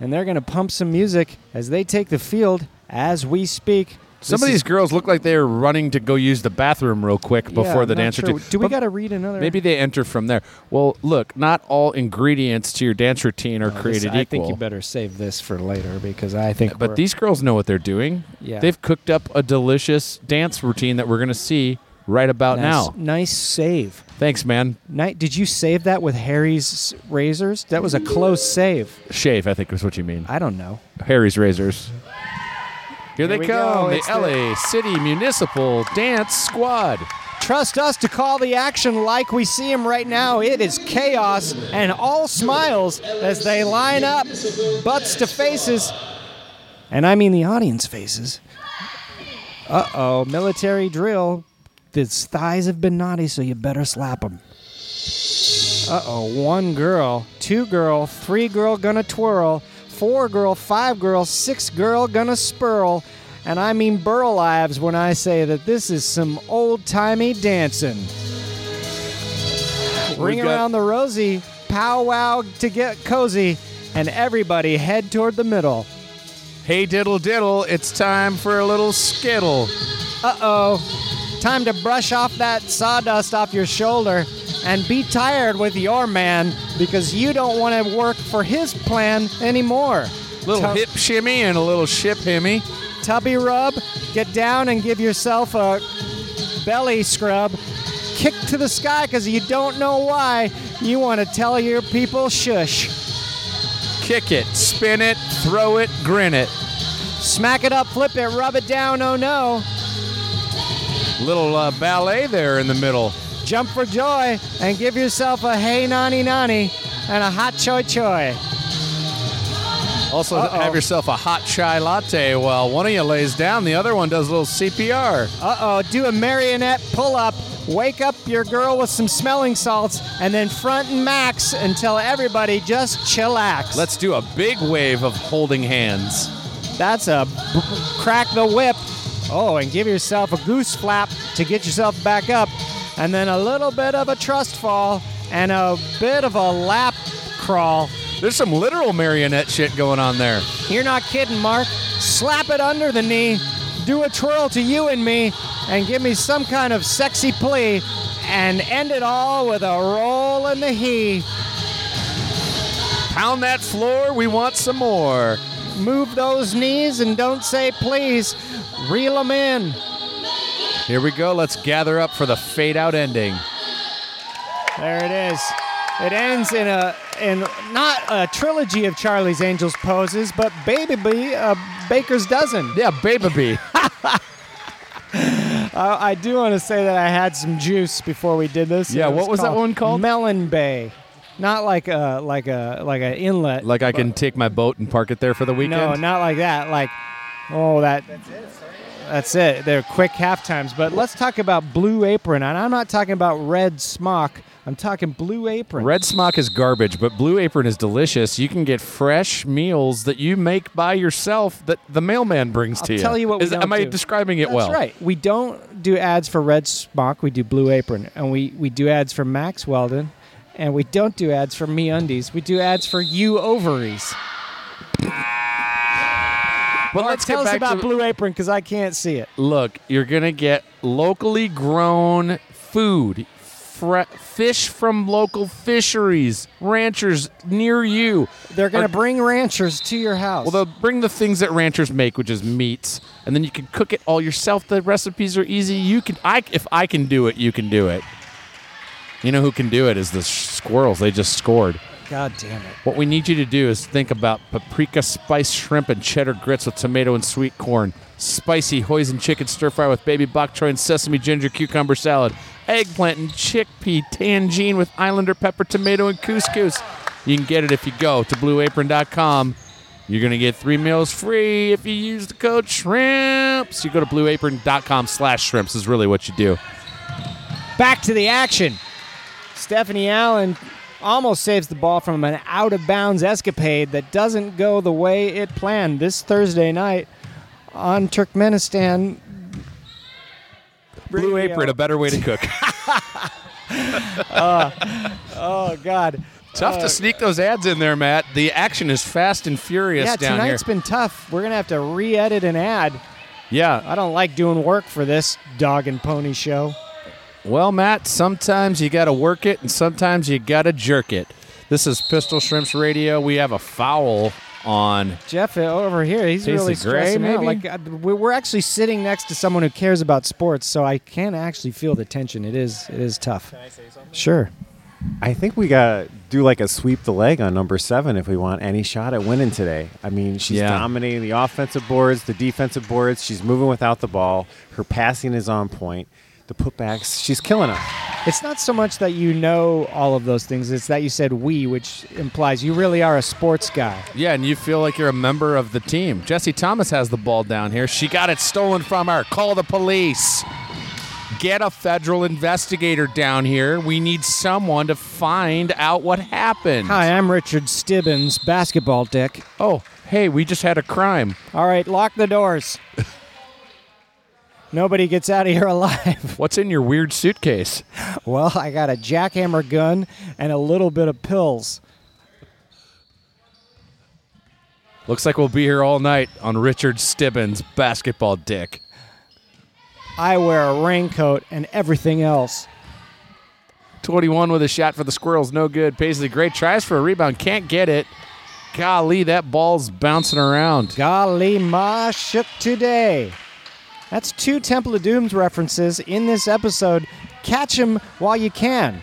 And they're going to pump some music as they take the field as we speak.
Some of
This
these
is-
girls look like they're running to go use the bathroom real quick
yeah,
before
I'm
the
not
dancer.
sure.
too.
Do we
But
got to read another?
Maybe they enter from there. Well, look, not all ingredients to your dance routine are
This-
created
I
equal.
think you better save this for later because I think.
But
we're-
these girls know what they're doing.
Yeah.
They've cooked up a delicious dance routine that we're going to see right about
nice,
now.
nice save.
Thanks, man.
Night, did you save that with Harry's razors? That was a close save.
Shave, I think is what you mean.
I don't know.
Harry's Razors. Here, they
we
come,
go.
the
It's the-
LA City Municipal Dance Squad.
Trust us to call the action like we see him right now. It is chaos and all smiles as they line up, butts to faces, and I mean the audience faces. Uh oh, military drill. His thighs have been naughty, so you better slap him. Uh oh, one girl, two girl, three girl gonna twirl, four girl, five girl, six girl gonna spurl. And I mean burl lives when I say that this is some old timey dancing. Ring
got-
around the rosy, powwow to get cozy, and everybody head toward the middle.
Hey, diddle diddle, it's time for a little skittle.
Uh oh. Time to brush off that sawdust off your shoulder and be tired with your man because you don't want to work for his plan anymore.
Little
Tub-
hip shimmy and a little ship himmy.
Tubby rub, get down and give yourself a belly scrub. Kick to the sky because you don't know why. You want to tell your people shush.
Kick it, spin it, throw it, grin it.
Smack it up, flip it, rub it down, oh no.
Little uh, ballet there in the middle.
Jump for joy and give yourself a hey nani nani and a hot choi choi.
Also,
Uh-oh.
have yourself a hot chai latte while one of you lays down, the other one does a little CPR.
Uh oh, do a marionette pull up, wake up your girl with some smelling salts, and then front and max until everybody just chillax.
Let's do a big wave of holding hands.
That's a b- b- crack the whip. Oh, and give yourself a goose flap to get yourself back up, and then a little bit of a trust fall and a bit of a lap crawl.
There's some literal marionette shit going on there.
You're not kidding, Mark. Slap it under the knee, do a twirl to you and me, and give me some kind of sexy plea, and end it all with a roll in the he.
Pound that floor, we want some more.
Move those knees and don't say please. Reel them in.
Here we go, let's gather up for the fade out ending.
There it is. It ends in a in not a trilogy of Charlie's Angels poses, but baby bee a baker's dozen.
Yeah, baby bee.
I, I do want to say that I had some juice before we did this.
Yeah,
It
what was that
called
one called?
Melon Bay, not like a like a like an inlet.
like I can take my boat and park it there for the weekend.
no, not like that. Like, oh, that. That's it. That's it. They're quick half times. But let's talk about Blue Apron, and I'm not talking about red smock. I'm talking Blue Apron.
Red Smock is garbage, but Blue Apron is delicious. You can get fresh meals that you make by yourself that the mailman brings to
I'll
you.
tell you what we
Is-
don't
am I
do.
describing it
That's
well?
right. We don't do ads for Red Smock. We do Blue Apron, and we we do ads for Max Weldon, and we don't do ads for Me Undies. We do ads for You Ovaries.
But
Mark,
let's get
tell us
back
about
to-
Blue Apron because I can't see it.
Look, you're gonna get locally grown food, fre- fish from local fisheries, ranchers near you.
They're gonna
Are-
bring ranchers to your house.
Well, they'll bring the things that ranchers make, which is meats, and then you can cook it all yourself. The recipes are easy. You can, I, if I can do it, you can do it. You know who can do it is the squirrels. They just scored.
God damn it.
What we need you to do is think about paprika, spice shrimp, and cheddar grits with tomato and sweet corn. Spicy hoisin chicken stir fry with baby bok choy and sesame ginger cucumber salad. Eggplant and chickpea tangine with islander pepper, tomato, and couscous. You can get it if you go to blueapron.com. You're going to get three meals free if you use the code SHRIMPS. You go to blueapron.com slash shrimps is really what you do.
Back to the action. Stephanie Allen almost saves the ball from an out of bounds escapade that doesn't go the way it planned this Thursday night on Turkmenistan.
Blue
Radio.
Apron, a better way to cook.
Oh, God.
Tough to sneak those ads in there, Matt. The action is fast and furious
yeah,
down here.
tonight's been tough. We're going to have to re edit an ad.
yeah.
I don't like doing work for this dog and pony show.
Well, Matt, sometimes you got to work it and sometimes you got to jerk it. This is Pistol Shrimps Radio. We have a foul on.
Jeff uh, over here, he's
Taste
really
of gray,
stressing out.
maybe?
Like uh, we- we're actually sitting next to someone who cares about sports, so I can actually feel the tension. It is, it is tough. Can I say something? Sure.
I think we gotta do like a sweep the leg on number seven if we want any shot at winning today. I mean, she's
Yeah.
dominating the offensive boards, the defensive boards. She's moving without the ball. Her passing is on point. The putbacks, she's killing us.
It's not so much that you know all of those things, it's that you said we, which implies you really are a sports guy.
Yeah, and you feel like you're a member of the team. Jesse Thomas has the ball down here. She got it stolen from her. Call the police. Get a federal investigator down here. We need someone to find out what happened.
Hi, I'm Richard Stibbins, basketball dick.
Oh, hey, we just had a crime.
All right, lock the doors. Nobody gets out of here alive.
What's in your weird suitcase?
Well, I got a jackhammer gun and a little bit of pills.
Looks like we'll be here all night on Richard Stibbins' basketball dick.
I wear a raincoat and everything else.
21 with a shot for the Squirrels. No good. Paisley, great tries for a rebound. Can't get it. Golly, that ball's bouncing around.
Golly, ma shook today. That's two Temple of Dooms references in this episode. Catch 'em while you can.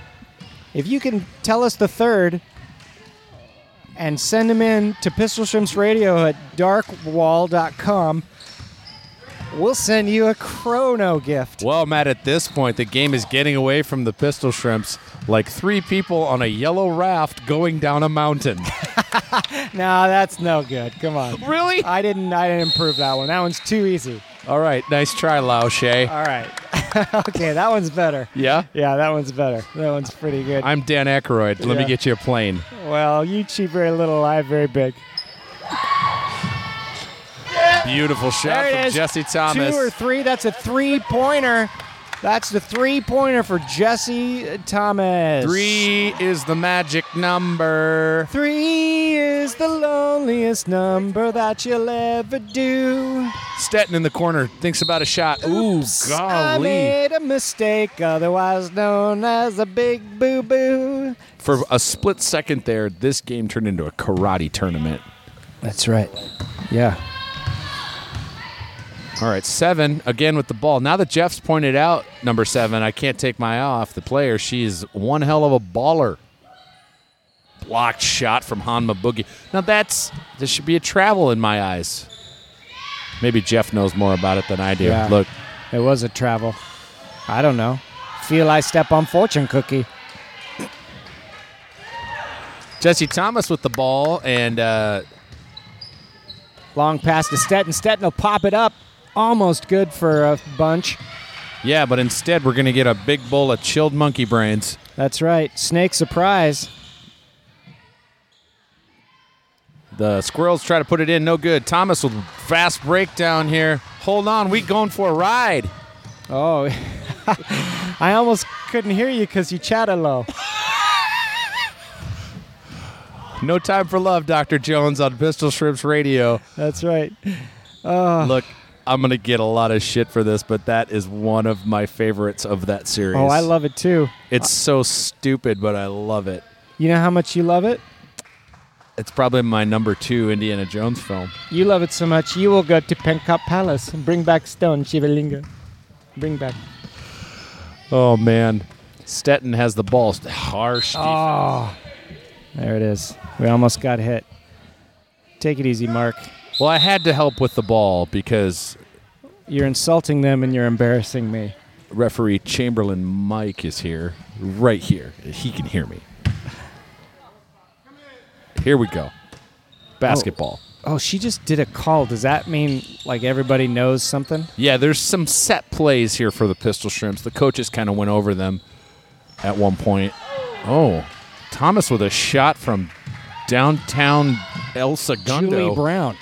If you can tell us the third and send 'em in to Pistol Shrimps Radio at darkwall.com, we'll send you a chrono gift.
Well, Matt, at this point, the game is getting away from the Pistol Shrimps like three people on a yellow raft going down a mountain.
No, that's no good. Come on.
Really?
I didn't I didn't improve that one. That one's too easy.
All right, nice try, Lao Shea.
All right. okay, that one's better.
Yeah?
Yeah, that one's better. That one's pretty good.
I'm Dan Aykroyd. Let me
Yeah.
get you a plane.
well, you cheat very little, I very big.
Beautiful shot
There it
from
is.
Jesse Thomas.
Two or three. That's a three pointer. That's the three pointer for Jesse Thomas.
Three is the magic number.
Three is the loneliest number that you'll ever do.
Stetton in the corner thinks about a shot.
Oops,
Ooh, golly.
I made a mistake, otherwise known as a big boo boo.
For a split second there, this game turned into a karate tournament.
That's right. Yeah.
All right, seven again with the ball. Now that Jeff's pointed out number seven, I can't take my eye off the player. She's one hell of a baller. Blocked shot from Hanma Boogie. Now that's this should be a travel in my eyes. Maybe Jeff knows more about it than I do.
Yeah.
Look,
It was a travel. I don't know. Feel I step on fortune cookie.
Jesse Thomas with the ball, and uh,
Long pass to Stetton. Stetton will pop it up. Almost good for a bunch.
yeah, but instead we're gonna get a big bowl of chilled monkey brains.
That's right. Snake surprise.
The squirrels try to put it in, no good. Thomas with fast break down here. Hold on, we going for a ride.
Oh, I almost couldn't hear you because you chatted low.
No time for love, Dr. Jones on Pistol Shrimps Radio.
That's right.
Look, I'm gonna get a lot of shit for this, but that is one of my favorites of that series.
Oh, I love it too.
It's so stupid, but I love it.
You know how much you love it?
It's probably my number two Indiana Jones film.
You love it so much, you will go to Pencop Palace and bring back stone, Shivalinga. Bring back.
Oh man, Stetton has the balls. Harsh.
Oh, there it is. We almost got hit. Take it easy, Mark.
Well, I had to help with the ball because
You're insulting them and you're embarrassing me.
referee Chamberlain Mike is here, right here. He can hear me. Here we go. Basketball.
Oh, she just did a call. Does that mean like everybody knows something?
Yeah, there's some set plays here for the Pistol Shrimps. The coaches kind of went over them at one point. Oh, Thomas with a shot from downtown El Segundo.
Julie Brown.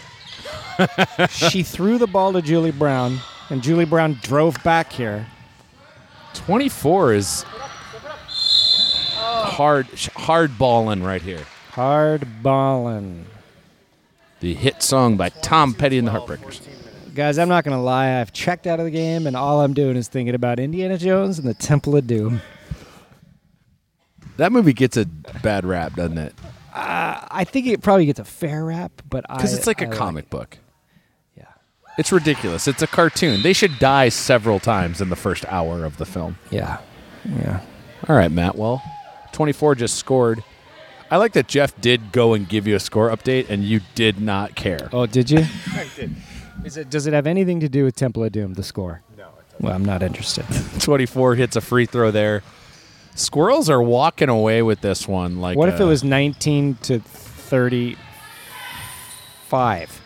she threw the ball to Julie Brown, and Julie Brown drove back here.
24 is hard hard balling right here.
Hard ballin'.
The hit song by Tom Petty and the Heartbreakers.
Guys, I'm not going to lie. I've checked out of the game, and all I'm doing is thinking about Indiana Jones and the Temple of Doom.
That movie gets a bad rap, doesn't it?
I think it probably gets a fair rap, but I.
Because it's like
a
a comic book.
Yeah.
It's ridiculous. It's a cartoon. They should die several times in the first hour of the film.
Yeah. Yeah.
All right, Matt. Well, 24 just scored. I like that Jeff did go and give you a score update, and you did not care.
Oh, did you? I did. Is it, does it have anything to do with Temple of Doom, the score? No, it doesn't. Well, I'm not interested.
24 hits a free throw there. Squirrels are walking away with this one. Like,
what if it
uh,
was 19 to 35?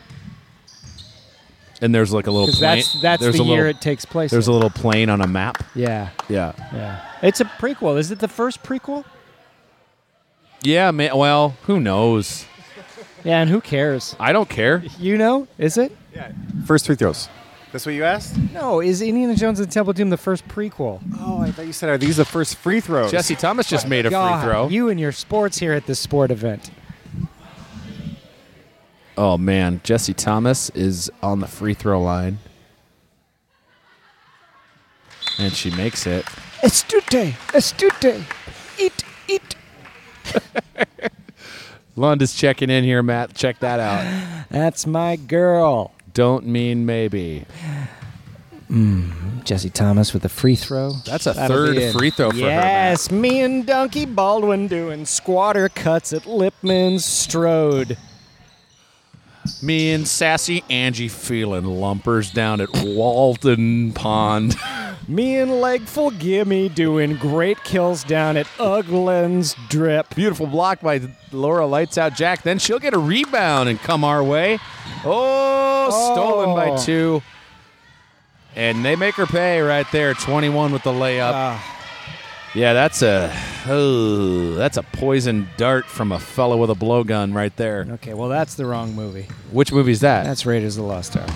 And there's like a little
Because
plane.
that's that's the
there's a
year
little,
it takes place.
There's a
in.
little plane on a map.
yeah,
Yeah.
yeah. It's a prequel. Is it the first prequel?
Yeah. Man, well, who knows?
Yeah, and who cares?
I don't care.
You know, is it?
First three throws.
That's what you asked?
No, is Indiana Jones and Temple of Doom the first prequel?
Oh, I thought you said
Are these the first free throws?
Jesse Thomas just made a
God,
free throw.
you and your sports here at this sport event.
Oh man, Jesse Thomas is on the free throw line. And she makes it.
Estute, estute, eat, eat.
Lund is checking in here, Matt. Check that out.
That's my girl.
Don't mean maybe.
Jesse Thomas with a free throw.
That's a
That'll
third
be in.
free throw for her, Matt.
yes, me and Donkey Baldwin doing squatter cuts at Lipman Strode.
Me and sassy Angie feeling lumpers down at Walton Pond.
Me and Legful Gimme doing great kills down at Uglin's Drip.
Beautiful block by Laura Lights Out Jack. Then she'll get a rebound and come our way. Oh, stolen by
Oh.
two. And they make her pay right there. 21 with the layup.
Ah.
Yeah, that's a oh, that's a poison dart from a fellow with a blowgun right there.
Okay, well that's the wrong movie.
Which movie's that?
That's Raiders of the Lost Ark.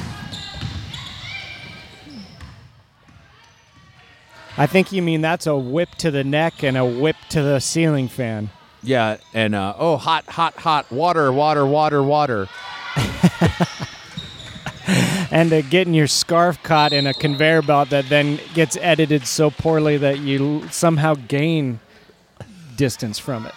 I think you mean that's a whip to the neck and a whip to the ceiling fan.
yeah, and uh, oh, hot, hot, hot, water, water, water, water.
And uh, getting your scarf caught in a conveyor belt that then gets edited so poorly that you l- somehow gain distance from it.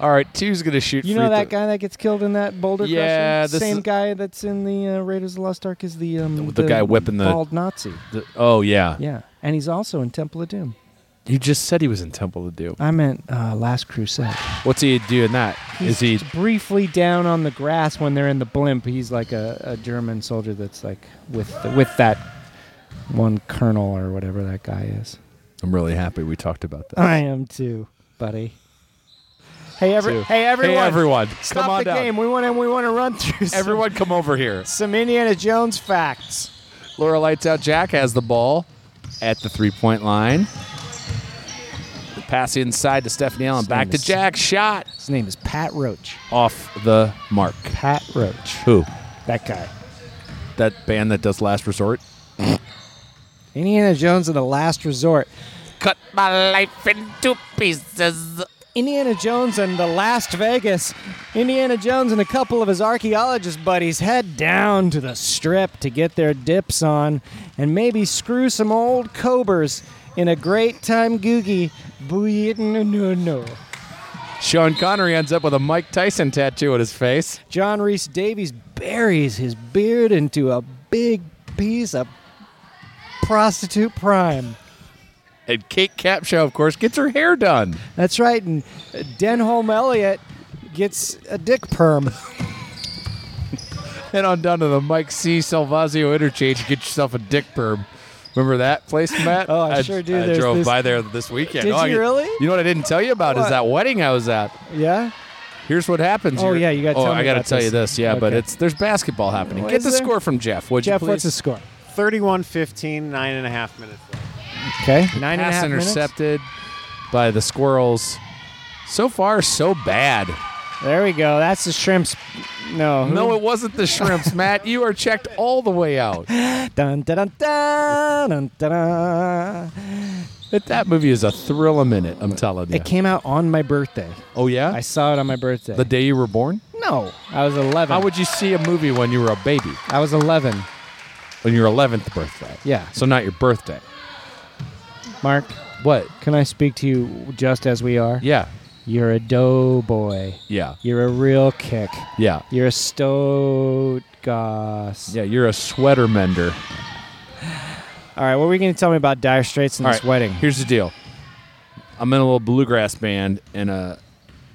All right, two's gonna shoot.
You
free
know that
throw-
guy that gets killed in that boulder
Yeah,
crusher?
this
Same
is-
guy that's in the uh, Raiders of the Lost Ark is the, um,
The- the guy whipping the-
bald Nazi.
The- oh yeah.
Yeah, and he's also in Temple of Doom.
you just said he was in Temple of Doom.
I meant uh, Last Crusade.
What's he doing that? Is he?
briefly down on the grass when they're in the blimp? He's like a, a German soldier that's like with with that one colonel or whatever that guy is.
I'm really happy we talked about that.
I am too, buddy. Hey, every,
Too.
hey everyone!
Hey everyone,
Stop
come on
the
down.
game. We want to we want to run through some,
Everyone, come over here.
some Indiana Jones facts.
Laura lights out. Jack has the ball. at the three point line. The pass inside to Stephanie Allen. Back to
Stanis.
Jack. Shot
His name is Pat Roach.
off the mark.
Pat Roach.
Who?
That guy.
That band that does Last Resort?
Indiana Jones and the Last Resort.
Cut my life into pieces.
Indiana Jones and the Last Vegas. Indiana Jones and a couple of his archaeologist buddies head down to the strip to get their dips on and maybe screw some old cobras in a great time googie. Booyah, no, no, no.
Sean Connery ends up with a Mike Tyson tattoo on his face.
John Reese Davies buries his beard into a big piece of prostitute prime.
And Kate Capshaw, of course, gets her hair done.
That's right, and Denholm Elliott gets a dick perm.
Head on down to the Mike C. Salvazio interchange and get yourself a dick perm. Remember that place, Matt?
Oh, I sure do.
I
There's
drove
this-
by there this weekend.
Did
Oh, I-
you really?
You know what I didn't tell you about is
What?
that wedding I was at.
Yeah?
Here's what happens.
Oh,
You're-
yeah, you gotta
Oh,
tell me
I gotta
about
tell you
this.
this. Yeah, but
Okay.
it's there's basketball happening.
Oh,
Get
is
the
there?
score from Jeff. Would
Jeff,
you
what's
please?
the score?
31 15, nine and a half minutes left.
Okay, nine and a
Pass
half minutes.
intercepted by the squirrels. So far, so bad.
There we go. That's the shrimps. No.
No, it wasn't the shrimps, Matt. You are checked all the way out.
Dun, dun, dun, dun, dun, dun, dun.
But that movie is a thrill a minute. I'm telling you.
It came out on my birthday.
oh yeah,
I saw it on my birthday.
the day you were born.
no, I was 11.
How would you see a movie when you were a baby?
I was 11.
On your 11th birthday.
Yeah.
So not your birthday.
Mark,
What?
can I speak to you just as we are?
Yeah.
You're a dough boy.
Yeah.
You're a real kick.
Yeah.
You're a stoat goss.
Yeah. You're a sweater mender.
All right, what were you going to tell me about Dire Straits and
All
this
right,
wedding?
Here's the deal. I'm in a little bluegrass band, and a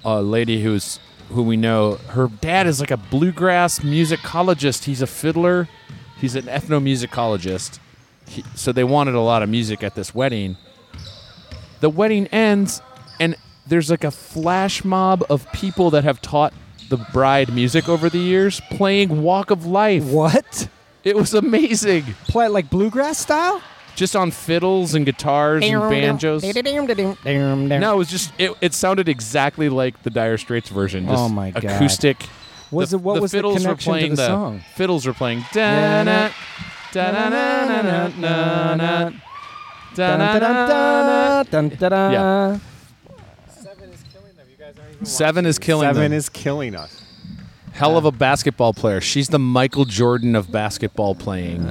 a lady who's who we know. Her dad is like a bluegrass musicologist. He's a fiddler. He's an ethnomusicologist. He, so they wanted a lot of music at this wedding. The wedding ends, and there's like a flash mob of people that have taught the bride music over the years, playing "Walk of Life."
What?
It was amazing
Play it like bluegrass style?
just on fiddles and guitars and banjos. No, it
No.
was just it, it sounded exactly like the Dire Straits version. Just
Oh my God.
acoustic.
Was
the,
it- what was the
fiddles were
connection to
playing
the song?
Fiddles were playing. da-na, da-na-na-na-na-na, da-na-na-na-na. Yeah. Seven is killing
Seven
them.
is killing us.
Hell of a basketball player. She's the Michael Jordan of basketball playing,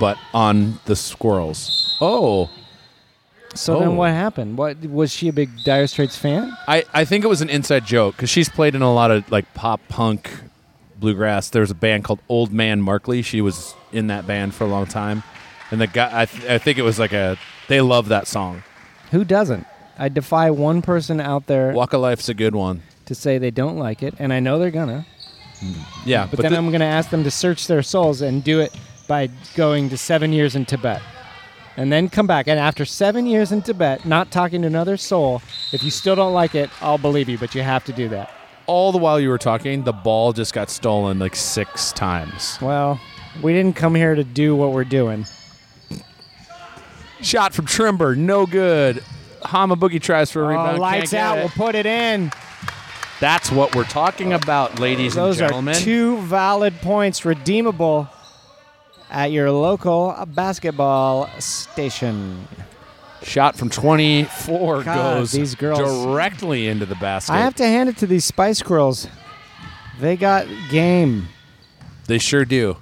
but on the squirrels. Oh,
So
Oh.
then what happened? What was she a big Dire Straits fan?
I, I think it was an inside joke because she's played in a lot of like pop punk bluegrass. There's a band called Old Man Markley. She was in that band for a long time, and the guy I, th- I think it was like a they love that song.
Who doesn't? I defy one person out there
Walk of Life's a good one.
to say they don't like it, and I know they're gonna.
Yeah,
But, then
the-
I'm gonna ask them to search their souls and do it by going to seven years in Tibet. And then come back, and after seven years in Tibet, not talking to another soul, if you still don't like it, I'll believe you, but you have to do that.
all the while you were talking, the ball just got stolen like six times.
Well, we didn't come here to do what we're doing.
Shot from Trimber, no good. Hama Boogie tries for a rebound.
Oh, lights
can't get
out,
it.
we'll put it in.
That's what we're talking about, ladies
Those
and gentlemen.
are two valid points redeemable at your local basketball station.
Shot from 24
God,
goes
these girls.
directly into the basket.
I have to hand it to these Spice Girls. They got game.
they sure do.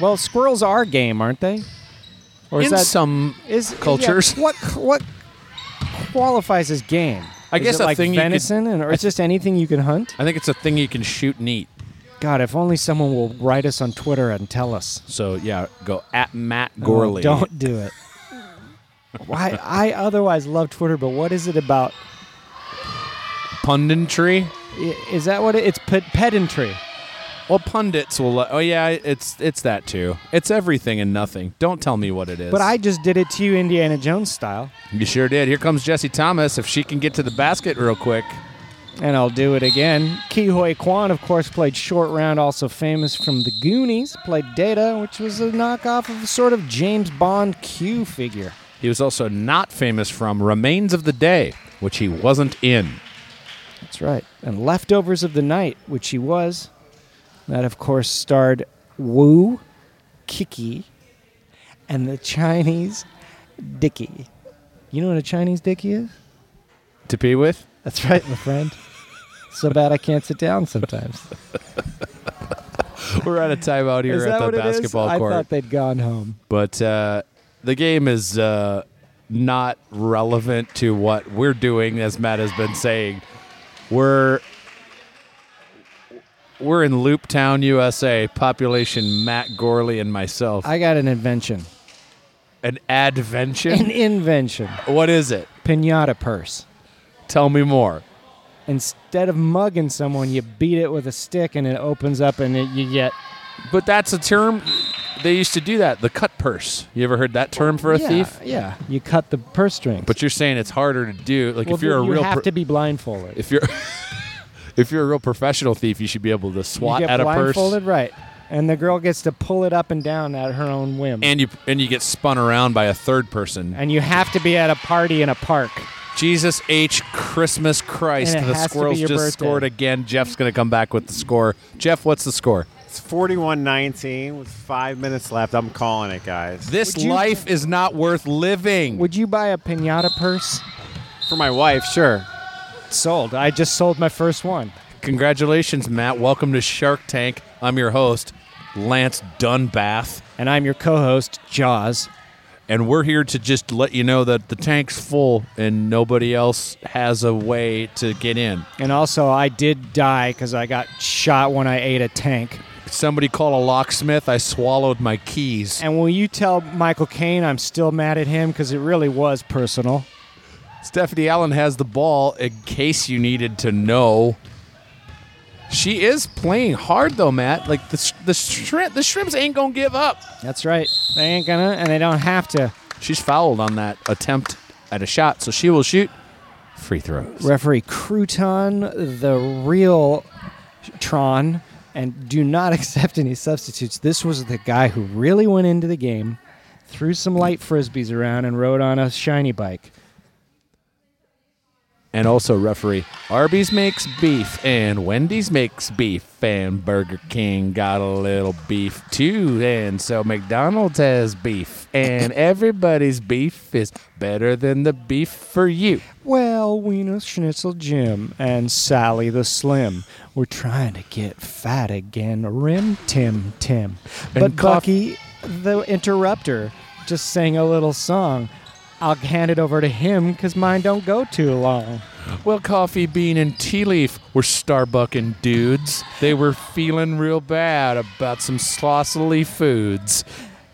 Well, squirrels are game, aren't they? Or
In some
is yeah,
cultures.
what what qualifies as game?
I
Is
guess
it
a
like
thing you could-
venison, and, or
I
it's just anything you can hunt.
I think it's a thing you can shoot and eat.
God, if only someone will write us on Twitter and tell us.
So yeah, go at Matt
No,
Gorley.
Oh, don't do it. Why? I otherwise love Twitter, but what is it about?
punditry.
i- Is that what it, it's pe- pedantry?
Well, pundits will. Let, oh yeah, it's it's that too. It's everything and nothing. Don't tell me what it is.
But I just did it to you, Indiana Jones style.
You sure did. Here comes Jesse Thomas. If she can get to the basket real quick,
And I'll do it again. Kihoi Kwan, of course, played Short Round, also famous from The Goonies, played Data, which was a knockoff of a sort of James Bond Q figure.
He was also not famous from Remains of the Day, which he wasn't in.
That's right. And Leftovers of the Night, which he was. That, of course, starred Wu, Kiki, and the Chinese Dicky. You know what a Chinese Dicky is?
To be with?
That's right, my friend. So bad I can't sit down sometimes.
We're out of time out here
is that
at
what
the
it is?
basketball
I
court.
thought they'd gone home.
but uh, the game is uh, not relevant to what we're doing, as Matt has been saying. We're we're in Loop Town, USA. Population Matt Gorley and myself.
I got an invention,
An adventure.
an invention,
what is it?
pinata purse.
Tell me more.
Instead of mugging someone, you beat it with a stick, and it opens up, and it, you get
But that's a term they used to do that. The cut purse. You ever heard that term for a
yeah,
thief?
Yeah, you cut the purse string.
But you're saying it's harder to do. Like
well,
if you're
you
a real
have
pro-
to be blindfolded.
if you're if you're a real professional thief, you should be able to swat
you get
at a purse
blindfolded, right? And the girl gets to pull it up and down at her own whim.
and you and you get spun around by a third person.
And you have to be at a party in a park.
Jesus H Christmas Christ,
And it
the
has to be
squirrels
your
just
birthday.
scored again. Jeff's going to come back with the score. Jeff, what's the score?
It's 41 19 with five minutes left. I'm calling it, guys.
This
Would you-
life is not worth living.
Would you buy a pinata purse?
For my wife, sure.
Sold. I just sold my first one.
Congratulations, Matt. Welcome to Shark Tank. I'm your host, Lance Dunbath.
And I'm your co host, Jaws.
and we're here to just let you know that the tank's full and nobody else has a way to get in.
And also, I did die because I got shot when I ate a tank.
Somebody call a locksmith. I swallowed my keys.
And will you tell Michael Caine I'm still mad at him because it really was personal?
Stephanie Allen has the ball in case you needed to know. She is playing hard though, Matt. Like the sh- the shrimp, the shrimps ain't gonna give up.
That's right. They ain't gonna, and they don't have to.
She's fouled on that attempt at a shot, so she will shoot free throws.
referee Crouton, the real Tron, and do not accept any substitutes. This was the guy who really went into the game, threw some light frisbees around, and rode on a shiny bike.
And also referee Arby's makes beef and Wendy's makes beef and Burger King got a little beef too and so McDonald's has beef and everybody's beef is better than the beef for you.
Well, Wiener Schnitzel Jim and Sally the Slim were trying to get fat again, Rim Tim Tim. But
And cough-
Bucky, the interrupter, just sang a little song. I'll hand it over to him because mine don't go too long.
Well, coffee bean and tea leaf were Starbucking dudes. They were feeling real bad about some slossily foods.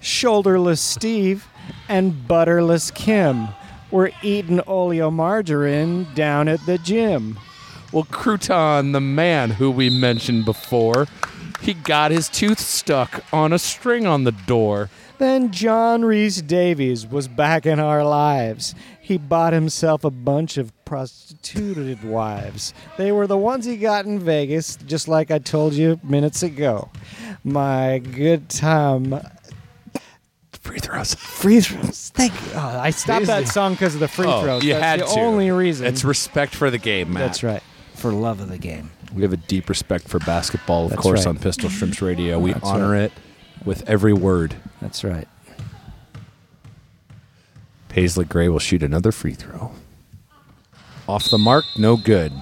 shoulderless Steve and butterless Kim. We're eating oleomargarine down at the gym.
Well, Crouton, the man who we mentioned before, he got his tooth stuck on a string on the door.
Then John Reese Davies was back in our lives. He bought himself a bunch of prostituted wives. They were the ones he got in Vegas, just like I told you minutes ago. My good time.
Free throws.
Free throws. Thank you. Oh, I stopped that song because of the free throws.
Oh, you
That's
had
the
to.
only reason.
It's respect for the game, Matt.
That's right. For love of the game.
We have a deep respect for basketball, of
That's
course,
right.
on Pistol Shrimps Radio. We
That's
honor it with every word.
That's right.
Paisley Gray will shoot another free throw. Off the mark, no good.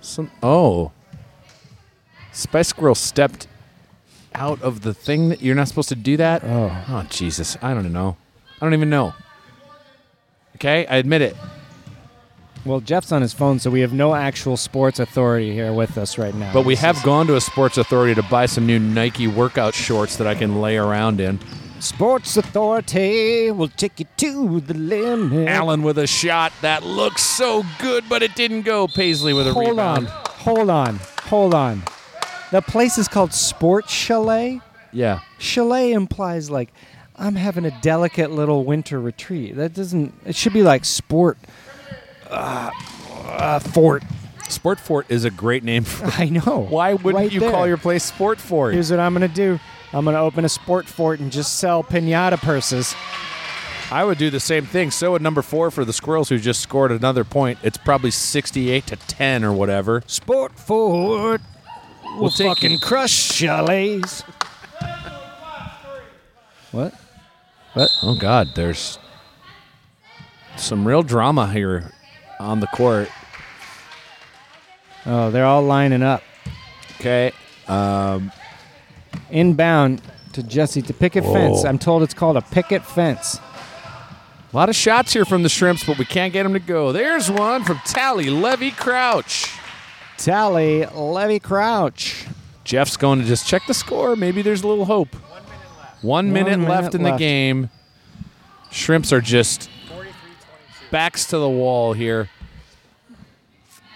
Some oh. Spice Girl stepped out of the thing that you're not supposed to do that. Oh, oh Jesus. I don't know. I don't even know. Okay, I admit it.
Well, Jeff's on his phone, so we have no actual sports authority here with us right now.
But we
This
have
is-
gone to a sports authority to buy some new Nike workout shorts that I can lay around in.
sports authority will take you to the limit.
Allen with a shot that looks so good, but it didn't go. Paisley with a
hold
rebound.
on, hold on, hold on. The place is called Sports Chalet.
Yeah.
Chalet implies like I'm having a delicate little winter retreat. That doesn't. It should be like sport. Uh, uh, fort.
Sport Fort is a great name. For,
I know.
why wouldn't
Right
you
there.
call your place Sport Fort?
Here's what I'm gonna do. I'm gonna open a sport fort and just sell pinata purses.
I would do the same thing. So at number four for the Squirrels, who just scored another point, it's probably 68 to 10 or whatever.
Sport fort.
We'll take it.
crush chalets. What?
Oh God, there's some real drama here on the court.
Oh, they're all lining up.
Okay.
Inbound to Jesse to picket fence. I'm told it's called a picket fence.
A lot of shots here from the Shrimps, but we can't get them to go. There's one from Tally Levy Crouch.
Tally Levy Crouch.
Jeff's going to just check the score. Maybe there's a little hope. One minute left,
minute
in the
left.
game. Shrimps are just backs to the wall here.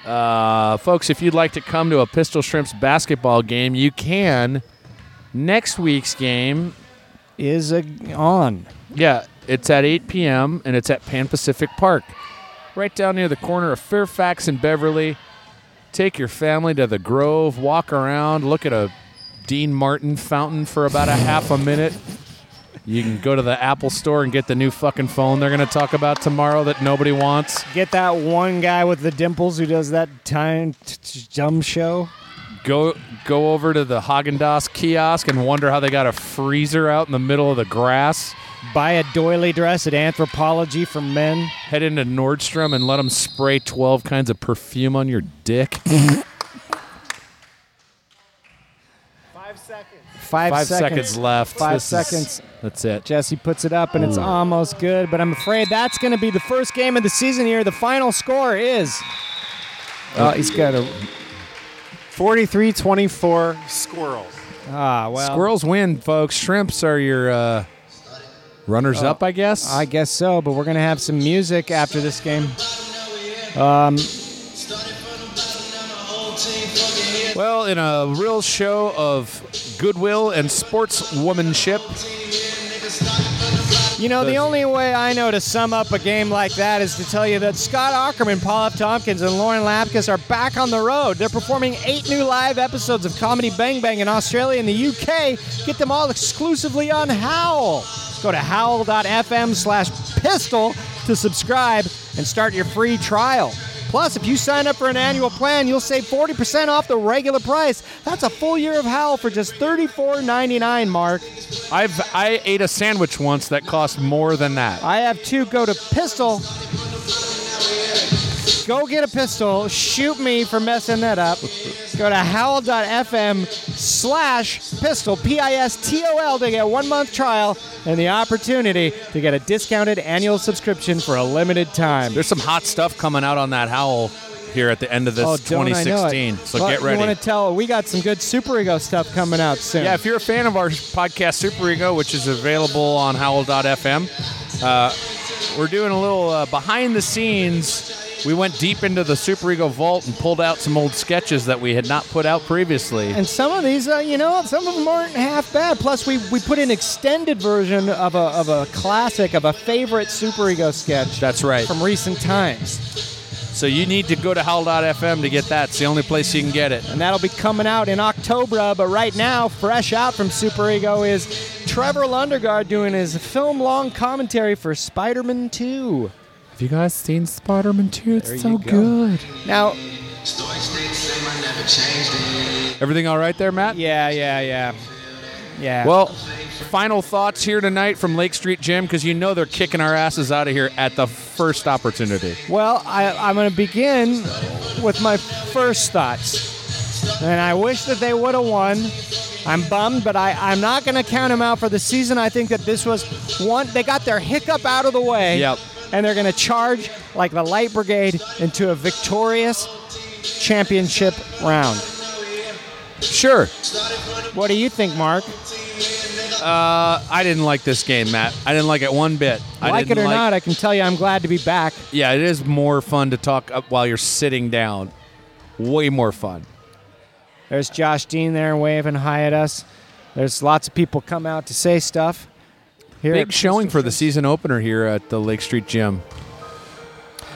Uh, folks, if you'd like to come to a Pistol Shrimps basketball game, you can. Next week's game
Is a, on.
Yeah, it's at 8 p.m. and it's at Pan Pacific Park, right down near the corner of Fairfax and Beverly. Take your family to the Grove, walk around, look at a Dean Martin fountain for about a half a minute. You can go to the Apple store and get the new fucking phone they're going to talk about tomorrow that nobody wants.
Get that one guy with the dimples who does that time t- t- dumb show.
Go go over to the Haagen Dazs kiosk and wonder how they got a freezer out in the middle of the grass.
Buy a doily dress at Anthropology for Men.
Head into Nordstrom and let them spray 12 kinds of perfume on your dick.
Five,
Five seconds, left.
Five
This is-
seconds.
that's it.
Jesse puts it up, and it's almost good, but I'm afraid that's going to be the first game of the season here. The final score is. Oh, he's got a.
43 24 squirrels.
Ah, well.
Squirrels win, folks. Shrimps are your uh, runners up, I guess.
Oh, I guess so, but we're going to have some music after this game.
well, in a real show of goodwill and sportswomanship,
You know, the only way I know to sum up a game like that is to tell you that Scott Ackerman, Paul F. Tompkins, and Lauren Lapkus are back on the road. They're performing eight new live episodes of Comedy Bang Bang in Australia and the UK. Get them all exclusively on Howl. Go to howl.fm slash pistol to subscribe and start your free trial. Plus, if you sign up for an annual plan, you'll save 40% off the regular price. That's a full year of Howl for just $34.99, Mark.
I've I ate a sandwich once that cost more than that.
I have two. Go to pistol. Go get a pistol. Shoot me for messing that up. Go to howl.fm slash pistol, P I S T O L, to get one month trial and the opportunity to get a discounted annual subscription for a limited time.
There's some hot stuff coming out on that howl here at the end of this
oh, don't I know it.
2016. So
Well,
get
You
ready.
want to tell? We got some good Super Ego stuff coming out soon.
Yeah, if you're a fan of our podcast Super Ego, which is available on howl.fm, uh, we're doing a little uh, behind the scenes. We went deep into the Super Ego vault and pulled out some old sketches that we had not put out previously.
And some of these, uh, you know, some of them aren't half bad. Plus, we, we put an extended version of a, of a classic, of a favorite Super Ego sketch.
That's right.
From recent times.
So you need to go to howl.fm to get that. It's the only place you can get it.
And that'll be coming out in October. uh, But right now, fresh out from Super Ego is Trevor Lundegaard doing his film long commentary for Spider Man 2.
Have you guys seen Spider Man 2? It's
so you go. good. Now,
Everything all right there, Matt?
yeah, yeah, yeah. Yeah.
Well, final thoughts here tonight from Lake Street Gym because you know they're kicking our asses out of here at the first opportunity.
Well, I, I'm going to begin with my first thoughts. And I wish that they would have won. I'm bummed, but I, I'm not going to count them out for the season. I think that this was one, they got their hiccup out of the way.
Yep.
And they're going to charge like the Light Brigade into a victorious championship round.
Sure.
What do you think, Mark?
I didn't like this game, Matt. I didn't like it one bit. I
like it
didn't
or not, I can tell you I'm glad to be back.
Yeah, it is more fun to talk up while you're sitting down. Way more fun.
There's Josh Dean there waving hi at us. There's lots of people come out to say stuff. Here
Big
at-
showing for the season opener here at the Lake Street Gym.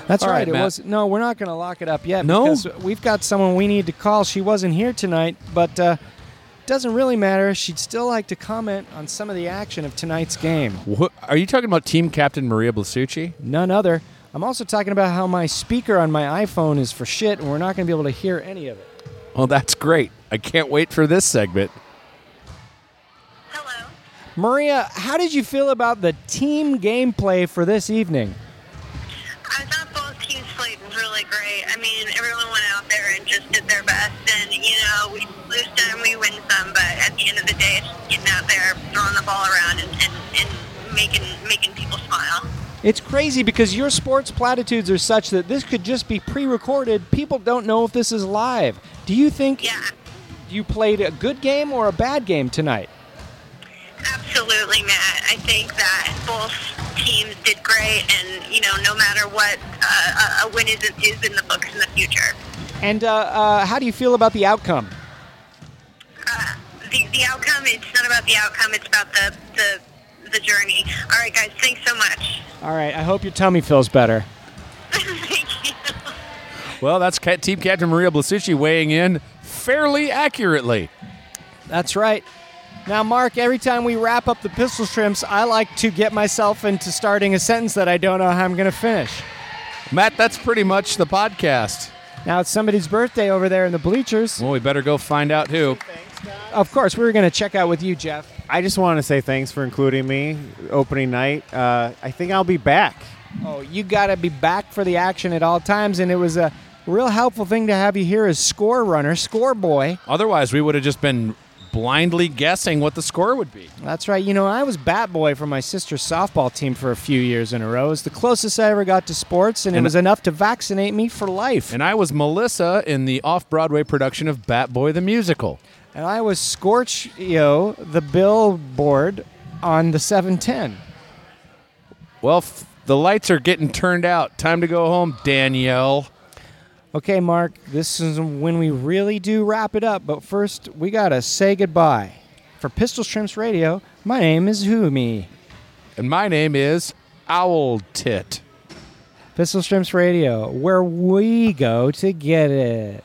That's
All
right.
right,
it
Matt.
was no. We're not going to lock it up yet.
No?
because we've got someone we need to call. She wasn't here tonight, but uh, doesn't really matter. She'd still like to comment on some of the action of tonight's game.
Wh- Are you talking about team captain Maria Blasucci?
None other. I'm also talking about how my speaker on my iPhone is for shit, and we're not going to be able to hear any of it.
Well, that's great. I can't wait for this segment.
Hello.
Maria, how did you feel about the team gameplay for this evening?
I thought both teams played really great. I mean, everyone went out there and just did their best. And, you know, we lose some, we win some. But at the end of the day, it's getting out there, throwing the ball around, and, and, and making, making people smile.
It's crazy because your sports platitudes are such that this could just be pre-recorded. People don't know if this is live. Do you think
Yeah,
you played a good game or a bad game tonight?
absolutely, Matt. I think that both teams did great. And, you know, no matter what, uh, a- a win is, is in the books in the future.
And uh, uh, how do you feel about the outcome?
uh, the, the outcome, it's not about the outcome, it's about the, the, the journey. All right, guys, thanks so much.
All right, I hope your tummy feels better.
Thank you.
Well, that's ca- team captain Maria Blasucci weighing in fairly accurately.
That's right. Now, Mark, every time we wrap up the pistol shrimps, I like to get myself into starting a sentence that I don't know how I'm going to finish.
Matt, that's pretty much the podcast.
Now, it's somebody's birthday over there in the bleachers.
Well, we better go find out who.
Of course, we were going to check out with you, Jeff.
I just want to say thanks for including me opening night. Uh, I think I'll be back.
Oh, you got to be back for the action at all times, and it was a real helpful thing to have you here as score runner, score boy.
Otherwise, we would have just been blindly guessing what the score would be.
That's right. You know, I was bat boy for my sister's softball team for a few years in a row. It was the closest I ever got to sports, and, it
And-
was enough to vaccinate me for life.
And I was Melissa in the off Broadway production of Bat Boy the Musical.
And I was Scorchio, the billboard on the 710.
Well, f- the lights are getting turned out. Time to go home, Danielle.
Okay, Mark, this is when we really do wrap it up, but first we gotta say goodbye. For Pistol Shrimps Radio, my name is Humi.
And my name is Owl Tit.
Pistol Shrimps Radio, where we go to get it.